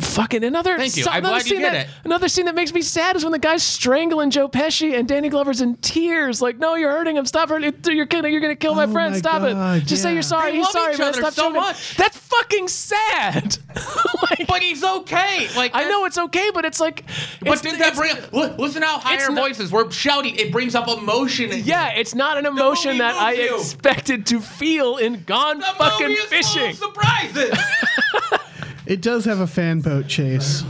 [SPEAKER 2] fucking another.
[SPEAKER 4] Thank you.
[SPEAKER 2] so-
[SPEAKER 4] I'm
[SPEAKER 2] another
[SPEAKER 4] glad you
[SPEAKER 2] scene
[SPEAKER 4] did
[SPEAKER 2] that-
[SPEAKER 4] it.
[SPEAKER 2] Another scene that makes me sad is when the guy's strangling Joe Pesci and Danny Glover's in tears. Like, no, you're hurting him. Stop hurting. You're kidding. You're gonna kill my
[SPEAKER 3] Oh
[SPEAKER 2] friend.
[SPEAKER 3] my
[SPEAKER 2] Stop
[SPEAKER 3] God,
[SPEAKER 2] it. Just say
[SPEAKER 3] yeah.
[SPEAKER 2] you're sorry.
[SPEAKER 4] They
[SPEAKER 2] He's
[SPEAKER 4] love
[SPEAKER 2] sorry,
[SPEAKER 4] each
[SPEAKER 2] man.
[SPEAKER 4] other
[SPEAKER 2] Stop
[SPEAKER 4] so
[SPEAKER 2] doing it.
[SPEAKER 4] much.
[SPEAKER 2] That's fucking sad. Like,
[SPEAKER 4] but he's okay. Like
[SPEAKER 2] I know it's okay, but it's like,
[SPEAKER 4] But
[SPEAKER 2] it's-
[SPEAKER 4] did that
[SPEAKER 2] it's-
[SPEAKER 4] bring? Look, listen how higher
[SPEAKER 2] not-
[SPEAKER 4] voices. We're shouting. It brings up emotion. in you.
[SPEAKER 2] Yeah, it's not an emotion
[SPEAKER 4] movie
[SPEAKER 2] that I
[SPEAKER 4] moves you.
[SPEAKER 2] expected to feel in Gone
[SPEAKER 4] The
[SPEAKER 2] Fucking
[SPEAKER 4] movie is full
[SPEAKER 2] Fishing.
[SPEAKER 4] of surprises.
[SPEAKER 3] it does have a fan boat chase.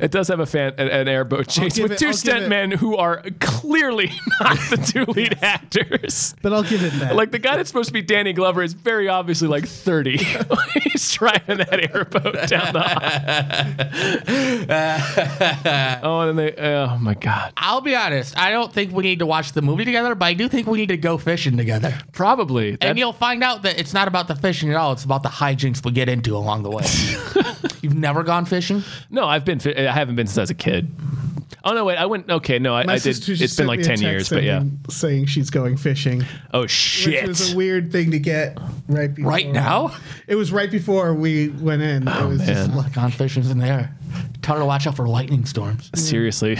[SPEAKER 2] It does have a fan an, an airboat chase
[SPEAKER 3] give
[SPEAKER 2] with
[SPEAKER 3] it-
[SPEAKER 2] two
[SPEAKER 3] I'll give it-
[SPEAKER 2] stuntmen who are clearly not the two lead actors.
[SPEAKER 3] But I'll give it that.
[SPEAKER 2] Like the guy that's supposed to be Danny Glover is very obviously like 30. He's driving that airboat down the aisle. oh, and then they. Oh my God.
[SPEAKER 4] I'll be honest. I don't think we need to watch the movie together, but I do think we need to go fishing together.
[SPEAKER 2] Probably. That-
[SPEAKER 4] and you'll find out that it's not about the fishing at all. It's about the hijinks we get into along the way. You've never gone fishing?
[SPEAKER 2] no, I've been. fi- I haven't been since I was a kid. Oh no, wait. I went. Okay, no, I,
[SPEAKER 3] My
[SPEAKER 2] I did.
[SPEAKER 3] sister just
[SPEAKER 2] It's been
[SPEAKER 3] sent
[SPEAKER 2] like
[SPEAKER 3] me a
[SPEAKER 2] 10
[SPEAKER 3] text
[SPEAKER 2] years, but yeah.
[SPEAKER 3] saying- saying she's going fishing,
[SPEAKER 2] Oh
[SPEAKER 3] which
[SPEAKER 2] shit.
[SPEAKER 3] was a weird thing to get right before.
[SPEAKER 4] Right now?
[SPEAKER 3] it was right before we went in. it was just
[SPEAKER 4] Like gone fishing's in there. Tell her to watch out for lightning storms.
[SPEAKER 2] Seriously.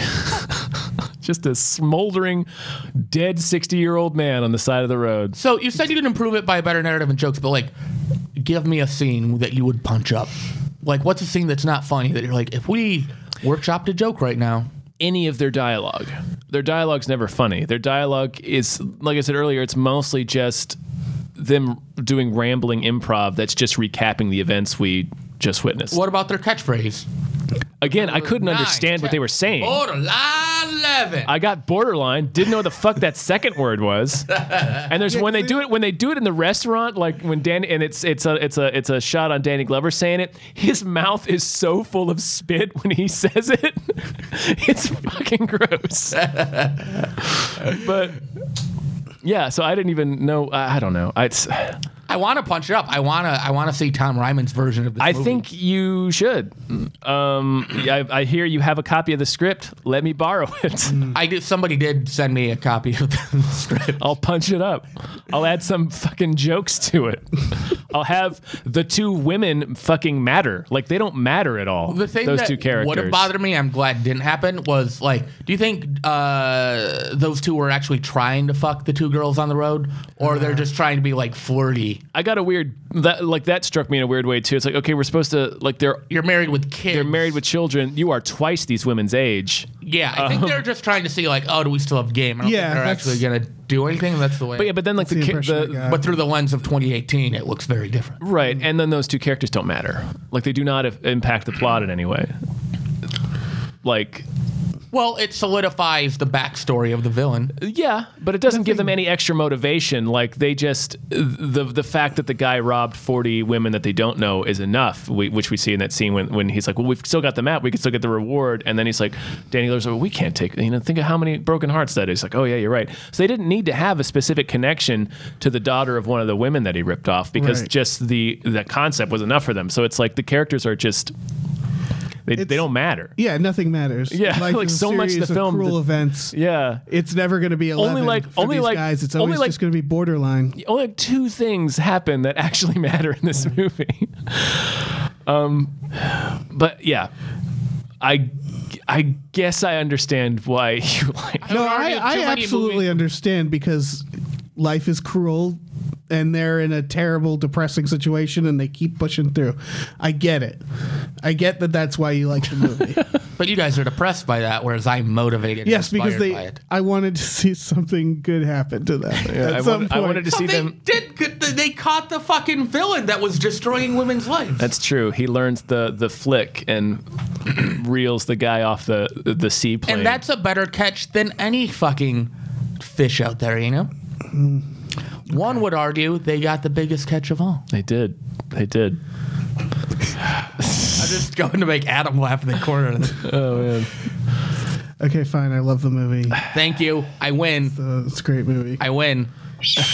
[SPEAKER 2] Just a smoldering, dead 60 year old man on the side of the road.
[SPEAKER 4] So you said you could improve it by a better narrative and jokes, but like, give me a scene that you would punch up. Like, what's a scene that's not funny that you're like, if we workshopped a joke right now?
[SPEAKER 2] any of their dialogue. Their dialogue's never funny. Their dialogue is, like I said earlier, it's mostly just them doing rambling improv that's just recapping the events we just witnessed.
[SPEAKER 4] What about their catchphrase?
[SPEAKER 2] Again, I couldn't
[SPEAKER 4] Nine,
[SPEAKER 2] understand what
[SPEAKER 4] ten,
[SPEAKER 2] they were saying.
[SPEAKER 4] Borderline eleven.
[SPEAKER 2] I got borderline, didn't know what the fuck that second word was. And there's when they do it when they do it in the restaurant, like when Dan and it's it's a it's a it's a shot on Danny Glover saying it. His mouth is so full of spit when he says it. It's fucking gross. but yeah, so I didn't even know. I I don't know. I, it's-
[SPEAKER 4] I want to punch it up. I want to. I want to see Tom Ryman's version of this.
[SPEAKER 2] I
[SPEAKER 4] movie.
[SPEAKER 2] think you should. Um, I, I hear you have a copy of the script. Let me borrow it.
[SPEAKER 4] I did. Somebody did send me a copy of the script.
[SPEAKER 2] I'll punch it up. I'll add some fucking jokes to it. I'll have the two women fucking matter. Like they don't matter at all.
[SPEAKER 4] The thing
[SPEAKER 2] those
[SPEAKER 4] that
[SPEAKER 2] two characters.
[SPEAKER 4] would have bothered me, I'm glad it didn't happen, was like, do you think uh, those two were actually trying to fuck the two girls on the road, or
[SPEAKER 2] Uh-huh.
[SPEAKER 4] they're just trying to be like flirty?
[SPEAKER 2] I got a weird that like that struck me in a weird way too. It's like okay, we're supposed to like they're
[SPEAKER 4] You're married with kids.
[SPEAKER 2] they're married with children. You are twice these women's age.
[SPEAKER 4] Yeah, I think
[SPEAKER 2] Um.
[SPEAKER 4] they're just trying to see like, oh, do we still have game? I don't
[SPEAKER 3] Yeah,
[SPEAKER 4] think they're
[SPEAKER 3] that's-
[SPEAKER 4] actually gonna do anything. That's the way.
[SPEAKER 2] But yeah, but then like the,
[SPEAKER 3] the
[SPEAKER 2] ki-
[SPEAKER 3] impression I
[SPEAKER 2] the-
[SPEAKER 3] got.
[SPEAKER 4] but through the lens of 2018, it looks very different.
[SPEAKER 2] right, and then those two characters don't matter. Like they do not have, impact the plot in any way. Like
[SPEAKER 4] Well, it solidifies the backstory of the villain.
[SPEAKER 2] yeah, but it doesn't give them any extra motivation. Like they just the the fact that the guy robbed 40 women that they don't know is enough, we, which we see in that scene when, when he's like, "Well, we've still got the map. We can still get the reward." And then he's like, Danny Lur's like, "We can't take, you know, think of how many broken hearts that is." Like, "Oh yeah, you're right." So they didn't need to have a specific connection to the daughter of one of the women that he ripped off because
[SPEAKER 3] Right.
[SPEAKER 2] just the the concept was enough for them. So it's like the characters are just they, they
[SPEAKER 3] It's- e-
[SPEAKER 2] don't matter.
[SPEAKER 3] Yeah, nothing matters.
[SPEAKER 2] Yeah,
[SPEAKER 3] Life
[SPEAKER 2] like,
[SPEAKER 3] is a
[SPEAKER 2] so much
[SPEAKER 3] series
[SPEAKER 2] the
[SPEAKER 3] of
[SPEAKER 2] film
[SPEAKER 3] cruel
[SPEAKER 2] that-
[SPEAKER 3] events.
[SPEAKER 2] Yeah.
[SPEAKER 3] It's never going to be 11
[SPEAKER 2] like-
[SPEAKER 3] for
[SPEAKER 2] only
[SPEAKER 3] these
[SPEAKER 2] like-
[SPEAKER 3] guys. It's
[SPEAKER 2] only
[SPEAKER 3] always
[SPEAKER 2] like-
[SPEAKER 3] just going to be borderline.
[SPEAKER 2] only like two things happen that actually matter in this movie. Um, but yeah, I I guess I understand why you like.
[SPEAKER 3] No,
[SPEAKER 4] There are
[SPEAKER 3] I,
[SPEAKER 4] too
[SPEAKER 3] I
[SPEAKER 4] many
[SPEAKER 3] absolutely
[SPEAKER 4] movies.
[SPEAKER 3] understand because life is cruel and they're in a terrible, depressing situation and they keep pushing through. I get it. I get that that's why you like the movie.
[SPEAKER 4] But you guys are depressed by that, whereas I'm motivated.
[SPEAKER 3] yes,
[SPEAKER 4] and
[SPEAKER 3] because
[SPEAKER 4] inspired by
[SPEAKER 3] they.
[SPEAKER 4] it.
[SPEAKER 3] I wanted to see something good happen to them. at
[SPEAKER 2] I,
[SPEAKER 3] some
[SPEAKER 2] wanted,
[SPEAKER 3] point.
[SPEAKER 2] I wanted to see
[SPEAKER 4] Something
[SPEAKER 2] them.
[SPEAKER 4] did. good- they- They caught the fucking villain that was destroying women's lives.
[SPEAKER 2] That's true. He learns the the flick and reels the guy off the the seaplane.
[SPEAKER 4] and that's a better catch than any fucking fish out there, you know? Mm. One would argue they got the biggest catch of all.
[SPEAKER 2] they did. They did.
[SPEAKER 4] I'm just going to make Adam laugh in the corner.
[SPEAKER 3] Oh, Okay, fine. I love the movie.
[SPEAKER 4] Thank you. I win.
[SPEAKER 3] Uh, it's a great movie.
[SPEAKER 4] I win.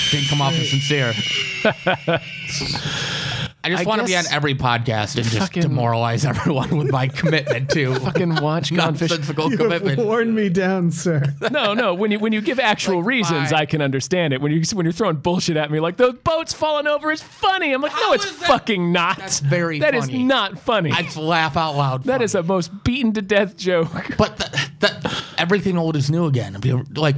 [SPEAKER 4] Didn't come off as sincere. I just
[SPEAKER 2] I
[SPEAKER 4] want to be on
[SPEAKER 2] guess-
[SPEAKER 4] every podcast and just
[SPEAKER 2] Fucking-
[SPEAKER 4] demoralize everyone with my commitment to
[SPEAKER 2] Fucking watch Gunfish.
[SPEAKER 4] nonsensical
[SPEAKER 3] You have
[SPEAKER 4] commitment.
[SPEAKER 3] worn me down, sir.
[SPEAKER 2] No, no. When you when you give actual reasons,
[SPEAKER 4] why?
[SPEAKER 2] I can understand it. When you when you're throwing bullshit at me like the boat's falling over is funny, I'm like,
[SPEAKER 4] How
[SPEAKER 2] no, it's
[SPEAKER 4] is that-
[SPEAKER 2] fucking not.
[SPEAKER 4] That's very
[SPEAKER 2] That is
[SPEAKER 4] funny.
[SPEAKER 2] not funny.
[SPEAKER 4] I just laugh out loud.
[SPEAKER 2] that is a most beaten to death joke.
[SPEAKER 4] But the, the, everything old is new again. If you- Like,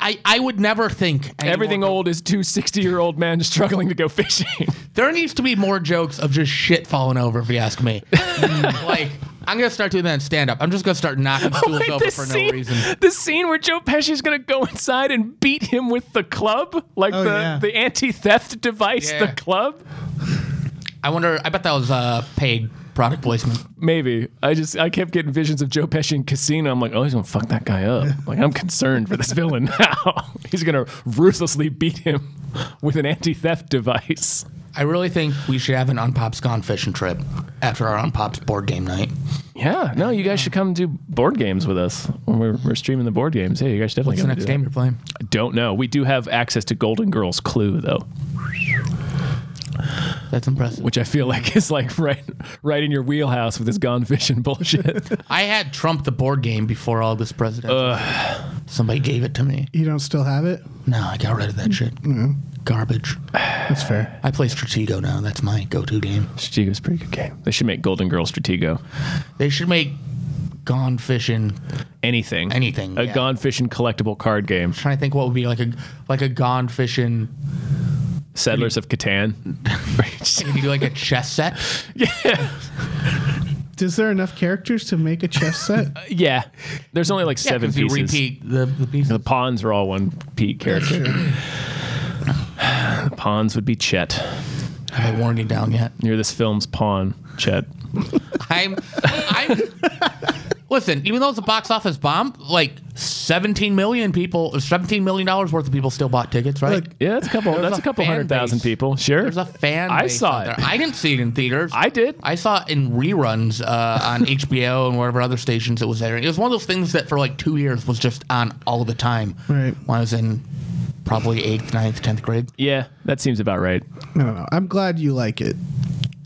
[SPEAKER 4] I, I would never think anymore-
[SPEAKER 2] Everything old is two 60 year old men struggling to go fishing.
[SPEAKER 4] There needs to be more jokes of just shit falling over, if you ask me. like, I'm gonna start doing that in stand up. I'm just gonna start knocking stools
[SPEAKER 2] like
[SPEAKER 4] over
[SPEAKER 2] the
[SPEAKER 4] for
[SPEAKER 2] scene,
[SPEAKER 4] no reason.
[SPEAKER 2] the scene where Joe Pesci's gonna go inside and beat him with the club, like
[SPEAKER 3] Oh,
[SPEAKER 2] the,
[SPEAKER 3] yeah.
[SPEAKER 2] the anti theft device,
[SPEAKER 4] Yeah.
[SPEAKER 2] the club.
[SPEAKER 4] I wonder. I bet that was uh, paid product placement.
[SPEAKER 2] Maybe I just I kept getting visions of Joe Pesci in Casino. I'm like, oh, he's gonna fuck that guy up. Like I'm concerned for this villain now. he's gonna ruthlessly beat him with an anti-theft device.
[SPEAKER 4] I really think we should have an Unpops Gone fishing trip after our Unpops board game night.
[SPEAKER 2] Yeah, no, you guys should come do board games with us when we're, we're streaming the board games. Yeah, you guys should definitely
[SPEAKER 4] What's the
[SPEAKER 2] come
[SPEAKER 4] next
[SPEAKER 2] do that.
[SPEAKER 4] game you're playing?
[SPEAKER 2] I don't know. We do have access to Golden Girls Clue though,
[SPEAKER 4] That's impressive.
[SPEAKER 2] which I feel like is like right right in your wheelhouse with this gone fishing bullshit.
[SPEAKER 4] I had Trump the board game before all this presidential. Somebody gave it to me.
[SPEAKER 3] You don't still have it?
[SPEAKER 4] No, I got rid of that shit. Garbage.
[SPEAKER 3] That's fair.
[SPEAKER 4] I play Stratego now. That's my go-to game.
[SPEAKER 2] Stratego's a pretty good game. They should make Golden Girls Stratego.
[SPEAKER 4] They should make Gone Fishing.
[SPEAKER 2] Anything.
[SPEAKER 4] Anything,
[SPEAKER 2] A
[SPEAKER 4] yeah.
[SPEAKER 2] gone fishing collectible card game.
[SPEAKER 4] Trying to think what would be like a like a Gone Fishing.
[SPEAKER 2] Settlers of Catan.
[SPEAKER 4] You could do like a chess set.
[SPEAKER 3] Is there enough characters to make a chess set?
[SPEAKER 2] Uh, yeah, there's only like seven
[SPEAKER 4] 'cause you
[SPEAKER 2] pieces.
[SPEAKER 4] repeat the the
[SPEAKER 2] The
[SPEAKER 4] pieces.
[SPEAKER 2] pawns are all one P character. the pawns would be Chet.
[SPEAKER 4] Have I worn you down yet?
[SPEAKER 2] You're this film's pawn, Chet.
[SPEAKER 4] I'm I'm. Listen, even though it's a box office bomb, like 17 million people, 17 million dollars worth of people still bought tickets, right?
[SPEAKER 3] Look,
[SPEAKER 2] Yeah, that's a couple. Oh, that's
[SPEAKER 4] a
[SPEAKER 2] a couple
[SPEAKER 4] fan
[SPEAKER 2] hundred thousand
[SPEAKER 4] base.
[SPEAKER 2] people. Sure.
[SPEAKER 4] There's a fan.
[SPEAKER 2] I
[SPEAKER 4] base
[SPEAKER 2] saw
[SPEAKER 4] out
[SPEAKER 2] it.
[SPEAKER 4] There. I didn't see it in theaters.
[SPEAKER 2] I did.
[SPEAKER 4] I saw it in reruns uh, on HBO and whatever other stations it was airing. It was one of those things that for like two years was just on all the time.
[SPEAKER 3] Right.
[SPEAKER 4] When I was in probably eighth, ninth, tenth grade.
[SPEAKER 2] yeah, that seems about right.
[SPEAKER 3] I don't know. I'm glad you like it.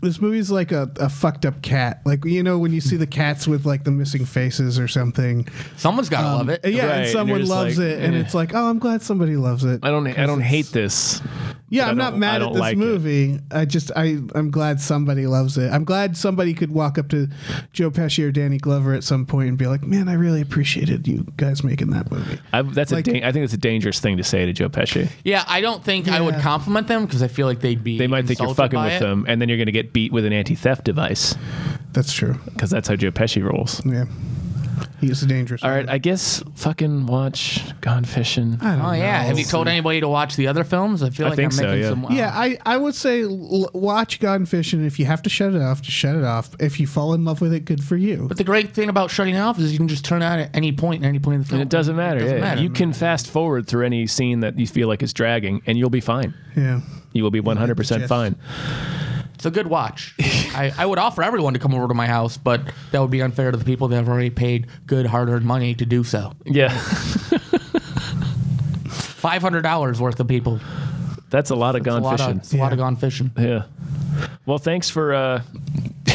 [SPEAKER 3] This movie's like a, a fucked up cat. Like you know when you see the cats with like the missing faces or something.
[SPEAKER 4] Someone's gotta love it.
[SPEAKER 3] And Um, yeah,
[SPEAKER 2] Right, and
[SPEAKER 3] and
[SPEAKER 2] you're
[SPEAKER 3] someone
[SPEAKER 2] just
[SPEAKER 3] loves
[SPEAKER 2] like,
[SPEAKER 3] it, and
[SPEAKER 2] eh.
[SPEAKER 3] it's like, oh, I'm glad somebody loves it.
[SPEAKER 2] I don't. I don't hate this.
[SPEAKER 3] yeah,
[SPEAKER 2] I
[SPEAKER 3] I'm not
[SPEAKER 2] don't- I
[SPEAKER 3] mad
[SPEAKER 2] don't
[SPEAKER 3] at this
[SPEAKER 2] like it.
[SPEAKER 3] movie. I just I I'm glad somebody loves it. I'm glad somebody could walk up to Joe Pesci or Danny Glover at some point and be like, man, I really appreciated you guys making that movie.
[SPEAKER 2] I, that's
[SPEAKER 3] Like-
[SPEAKER 2] a. Dan- I think that's a dangerous thing to say to Joe Pesci.
[SPEAKER 4] Yeah, I don't think I would
[SPEAKER 3] Yeah.
[SPEAKER 4] compliment them because I feel like they'd be.
[SPEAKER 2] They might think you're fucking with
[SPEAKER 4] it.
[SPEAKER 2] them, and then you're going to get beat with an anti-theft device
[SPEAKER 3] That's true.
[SPEAKER 2] because that's how Joe Pesci rolls.
[SPEAKER 3] Yeah. He's a dangerous.
[SPEAKER 2] All right, I guess fucking watch Gone Fishing.
[SPEAKER 4] Oh yeah. Have you told anybody to watch the other films? I feel
[SPEAKER 2] I
[SPEAKER 4] like
[SPEAKER 2] think
[SPEAKER 4] I'm
[SPEAKER 2] so,
[SPEAKER 4] making
[SPEAKER 2] yeah.
[SPEAKER 4] some. uh,
[SPEAKER 3] Yeah, I, I would say l- watch Gun Fishing. If you have to shut it off, just shut it off. If you fall in love with it, good for you.
[SPEAKER 4] But the great thing about shutting it off is you can just turn it on at any point in any point in the film.
[SPEAKER 2] And it doesn't matter.
[SPEAKER 4] doesn't
[SPEAKER 2] yeah.
[SPEAKER 4] matter.
[SPEAKER 2] You can fast forward through any scene that you feel like is dragging, and you'll be fine.
[SPEAKER 3] Yeah.
[SPEAKER 2] You will be 100
[SPEAKER 3] Yes.
[SPEAKER 2] percent fine.
[SPEAKER 4] It's a good watch. I, I would offer everyone to come over to my house, but that would be unfair to the people that have already paid good hard-earned money to do so.
[SPEAKER 2] Yeah,
[SPEAKER 4] Five hundred dollars worth of people.
[SPEAKER 2] that's a lot of
[SPEAKER 4] It's a
[SPEAKER 2] Gone
[SPEAKER 4] lot
[SPEAKER 2] Fishing.
[SPEAKER 4] Of, it's a lot of
[SPEAKER 3] Yeah.
[SPEAKER 4] gone fishing.
[SPEAKER 2] Yeah. Well, thanks for uh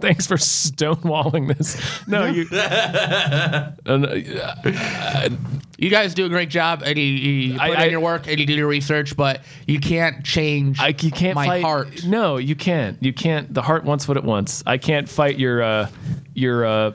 [SPEAKER 2] thanks for stonewalling this. No, you Uh, no, uh,
[SPEAKER 4] You guys do a great job, and you, you put
[SPEAKER 2] I-
[SPEAKER 4] in
[SPEAKER 2] I-
[SPEAKER 4] your work, and you do your research, but you can't change.
[SPEAKER 2] I, you can't
[SPEAKER 4] my
[SPEAKER 2] fight
[SPEAKER 4] heart.
[SPEAKER 2] No, you can't. You can't. The heart wants what it wants. I can't fight your uh your uh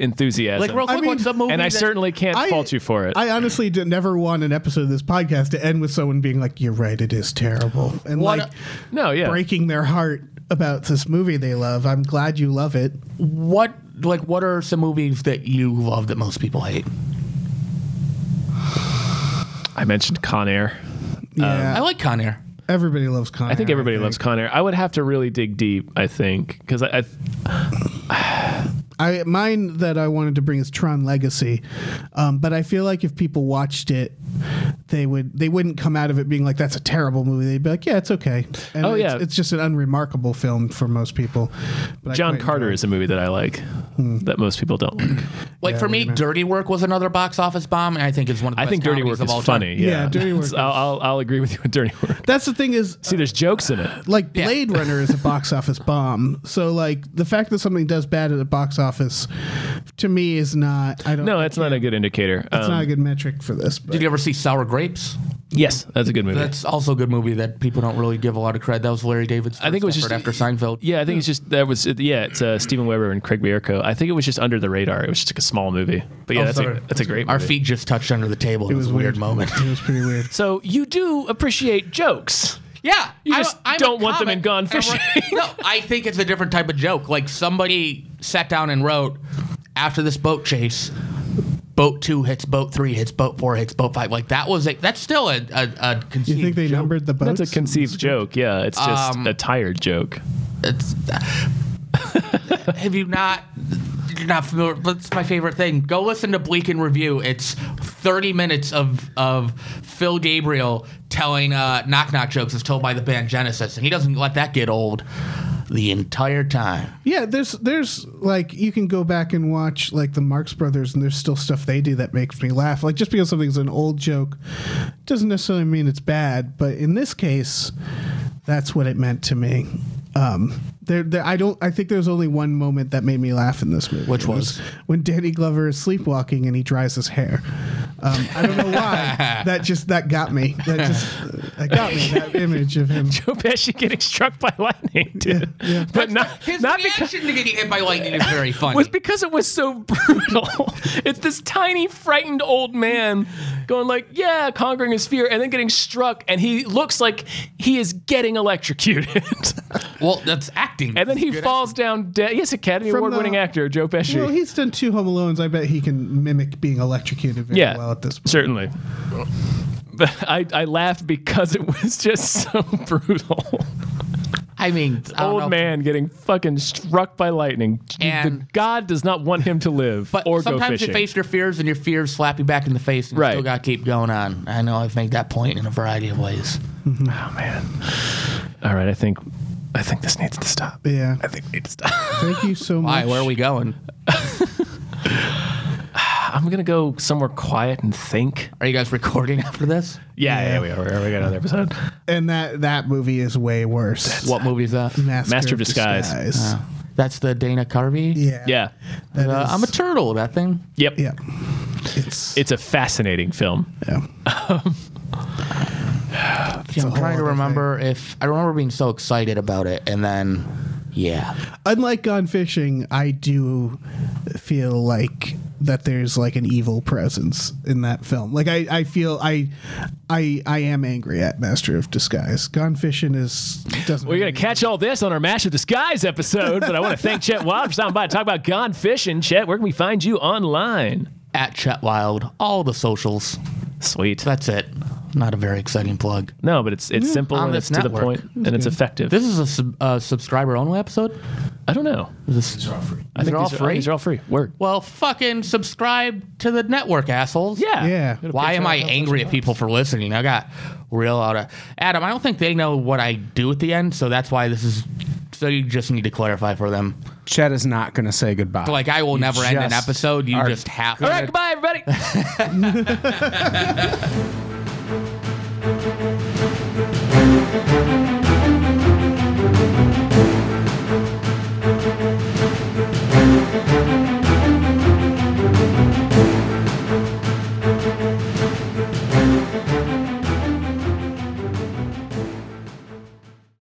[SPEAKER 2] enthusiasm.
[SPEAKER 4] Like real quick,
[SPEAKER 3] I mean-
[SPEAKER 4] what's the movie?
[SPEAKER 2] and I
[SPEAKER 4] that-
[SPEAKER 2] certainly can't
[SPEAKER 3] I-
[SPEAKER 2] fault you for it.
[SPEAKER 3] I honestly did, never want an episode of this podcast to end with someone being like, "You're right, it is terrible," and
[SPEAKER 4] What
[SPEAKER 3] like
[SPEAKER 2] no, yeah.
[SPEAKER 3] breaking their heart about this movie they love. I'm glad you love it.
[SPEAKER 2] Um,
[SPEAKER 4] what like what are some movies that you love that most people hate?
[SPEAKER 2] I mentioned Con Air.
[SPEAKER 3] Yeah,
[SPEAKER 4] I like Con Air.
[SPEAKER 3] everybody loves Con.
[SPEAKER 2] I think
[SPEAKER 3] Air,
[SPEAKER 2] everybody
[SPEAKER 3] think.
[SPEAKER 2] loves Con Air. I would have to really dig deep, I think, because I, I
[SPEAKER 3] I mine that I wanted to bring is Tron Legacy, um, but I feel like if people watched it, they would they wouldn't come out of it being like that's a terrible movie. They'd be like, yeah, it's okay. And
[SPEAKER 2] Oh,
[SPEAKER 3] it's,
[SPEAKER 2] yeah.
[SPEAKER 3] it's just an unremarkable film for most people. But I
[SPEAKER 2] John
[SPEAKER 3] quite
[SPEAKER 2] Carter
[SPEAKER 3] enjoy Hmm.
[SPEAKER 2] is a movie that I like that most people don't like.
[SPEAKER 4] Like for me, Dirty Work was another box office bomb, and I think it's one of the
[SPEAKER 2] I
[SPEAKER 4] best
[SPEAKER 2] think Dirty
[SPEAKER 4] comedies
[SPEAKER 2] Work
[SPEAKER 4] of
[SPEAKER 2] is
[SPEAKER 4] all
[SPEAKER 2] funny.
[SPEAKER 4] Time.
[SPEAKER 2] Yeah,
[SPEAKER 3] Yeah, Dirty Work
[SPEAKER 2] It's- I'll, I'll, I'll agree with you on Dirty Work.
[SPEAKER 3] it. That's the thing is,
[SPEAKER 2] See, there's jokes in it.
[SPEAKER 3] like Blade Runner is a box office bomb. So like the fact that something does bad at a box office, to me is not. I don't.
[SPEAKER 2] No, that's not a good indicator. Um,
[SPEAKER 3] it's not a good metric for this. But
[SPEAKER 4] Did you ever see Sour Grapes?
[SPEAKER 2] yes, that's a good movie.
[SPEAKER 4] That's also a good movie that people don't really give a lot of credit. That was Larry David's.
[SPEAKER 2] I think it was
[SPEAKER 4] first
[SPEAKER 2] just-
[SPEAKER 4] effort after Seinfeld.
[SPEAKER 2] yeah, I think it's just that was it- yeah, it's uh, Steven Weber and Craig Bierko. I think it was just under the radar. It was just like a small movie, but yeah,
[SPEAKER 4] Oh,
[SPEAKER 2] that's
[SPEAKER 4] sorry.
[SPEAKER 2] a that's a great.
[SPEAKER 4] Our
[SPEAKER 2] movie.
[SPEAKER 4] feet just touched under the table. It, was, a weird, moment.
[SPEAKER 3] It was pretty weird.
[SPEAKER 2] So you do appreciate jokes.
[SPEAKER 4] Yeah,
[SPEAKER 2] You
[SPEAKER 4] I'm-
[SPEAKER 2] just
[SPEAKER 4] I'm a
[SPEAKER 2] don't want them
[SPEAKER 4] comic,
[SPEAKER 2] in Gone
[SPEAKER 4] and I'm like-
[SPEAKER 2] Fishing.
[SPEAKER 4] no, I think it's a different type of joke. Like somebody sat down and wrote after this boat chase. Boat two hits, boat three hits, boat four hits, boat five. Like that was a, that's still a a, a
[SPEAKER 3] You
[SPEAKER 4] conceived
[SPEAKER 3] think they
[SPEAKER 4] joke.
[SPEAKER 3] numbered the boats?
[SPEAKER 2] That's a conceived joke. Yeah, it's just
[SPEAKER 4] Um,
[SPEAKER 2] a tired joke.
[SPEAKER 4] It's, have you not? You're not familiar. That's my favorite thing. Go listen to Bleak in Review. It's 30 minutes of of Phil Gabriel telling uh, knock knock jokes as told by the band Genesis, and he doesn't let that get old the entire time.
[SPEAKER 3] Yeah, there's there's like you can go back and watch like the Marx Brothers, and there's still stuff they do that makes me laugh. Like just because something's an old joke doesn't necessarily mean it's bad, but in this case, that's what it meant to me. Um, there, there, I don't. I think there's only one moment that made me laugh in this movie,
[SPEAKER 4] Which
[SPEAKER 3] It
[SPEAKER 4] was?
[SPEAKER 3] when Danny Glover is sleepwalking and he dries his hair. Um, I don't know why that just that got me. That just that got me. That image of him.
[SPEAKER 2] Joe Pesci getting struck by lightning, dude. But not
[SPEAKER 4] His
[SPEAKER 2] not because
[SPEAKER 4] reaction to getting hit by lightning is very funny.
[SPEAKER 2] was because it was so brutal. it's this tiny, frightened old man going like, "Yeah," conquering his fear, and then getting struck, and he looks like he is getting electrocuted,
[SPEAKER 4] well, that's acting.
[SPEAKER 2] and then he falls down dead. Yes, Academy
[SPEAKER 3] From the-
[SPEAKER 2] Award-winning actor Joe Pesci.
[SPEAKER 3] Well, he's done two Home Alones. I bet he can mimic being electrocuted very
[SPEAKER 2] yeah,
[SPEAKER 3] well at this point.
[SPEAKER 2] certainly. But I, I laughed because it was just so brutal.
[SPEAKER 4] I mean, I don't know.
[SPEAKER 2] Old man getting fucking struck by lightning.
[SPEAKER 4] And-
[SPEAKER 2] the God does not want him to live
[SPEAKER 4] But
[SPEAKER 2] or go
[SPEAKER 4] sometimes
[SPEAKER 2] fishing.
[SPEAKER 4] you face your fears, and your fears slap you back in the face, and
[SPEAKER 2] Right.
[SPEAKER 4] you still got to keep going on. I know I've made that point in a variety of ways.
[SPEAKER 2] oh man! All right, I think I think this needs to stop.
[SPEAKER 3] Yeah.
[SPEAKER 2] I think we need to stop.
[SPEAKER 3] Thank you so
[SPEAKER 4] Why?
[SPEAKER 3] much.
[SPEAKER 4] Where are we going?
[SPEAKER 2] I'm gonna go somewhere quiet and think.
[SPEAKER 4] Are you guys recording after this?
[SPEAKER 2] Yeah, yeah, we are. We got another episode.
[SPEAKER 3] And that that movie is way worse.
[SPEAKER 4] What movie is that?
[SPEAKER 2] Master of Disguise.
[SPEAKER 4] That's the Dana Carvey.
[SPEAKER 3] Yeah.
[SPEAKER 2] Yeah.
[SPEAKER 3] that
[SPEAKER 4] Uh,
[SPEAKER 3] is-
[SPEAKER 4] I'm a turtle. That thing.
[SPEAKER 2] Yep.
[SPEAKER 3] yeah. It's,
[SPEAKER 2] It's a fascinating film.
[SPEAKER 3] yeah.
[SPEAKER 4] Yeah, I'm
[SPEAKER 3] a whole
[SPEAKER 4] trying to
[SPEAKER 3] other
[SPEAKER 4] remember if I remember being so excited about it, and then yeah,
[SPEAKER 3] Unlike Gone Fishing, I do feel like that there's like an evil presence in that film. Like I, I feel I, I, I am angry at Master of Disguise. Gone fishing is doesn't.
[SPEAKER 2] We're
[SPEAKER 3] really-
[SPEAKER 2] going to catch all this on our Mash of Disguise episode, but I want to thank Chet Wild for stopping by to talk about Gone Fishing. Chet, where can we find you online?
[SPEAKER 4] At Chet Wild, all the socials.
[SPEAKER 2] Sweet.
[SPEAKER 4] That's it. Not a very exciting plug.
[SPEAKER 2] No, but it's it's simple
[SPEAKER 4] on
[SPEAKER 2] and
[SPEAKER 4] this
[SPEAKER 2] it's to the
[SPEAKER 4] network.
[SPEAKER 2] point and it's effective.
[SPEAKER 4] This is a sub, uh, subscriber only episode.
[SPEAKER 2] I don't know.
[SPEAKER 4] This is all free. I think
[SPEAKER 2] these
[SPEAKER 4] all
[SPEAKER 2] Are,
[SPEAKER 4] free.
[SPEAKER 2] these are all free. Word.
[SPEAKER 4] well, fucking subscribe to the network, assholes.
[SPEAKER 2] Yeah.
[SPEAKER 3] Yeah.
[SPEAKER 2] Go to
[SPEAKER 4] Why am I
[SPEAKER 2] Patreon.
[SPEAKER 4] angry at people for listening? I got real out of Adam. I don't think they know what I do at the end, so that's why this is. So you just need to clarify for them.
[SPEAKER 5] Chet is not going to say goodbye.
[SPEAKER 4] Like I will
[SPEAKER 5] You
[SPEAKER 4] never end an
[SPEAKER 5] just
[SPEAKER 4] episode. You
[SPEAKER 5] are-
[SPEAKER 4] just have.
[SPEAKER 2] All right, goodbye, everybody.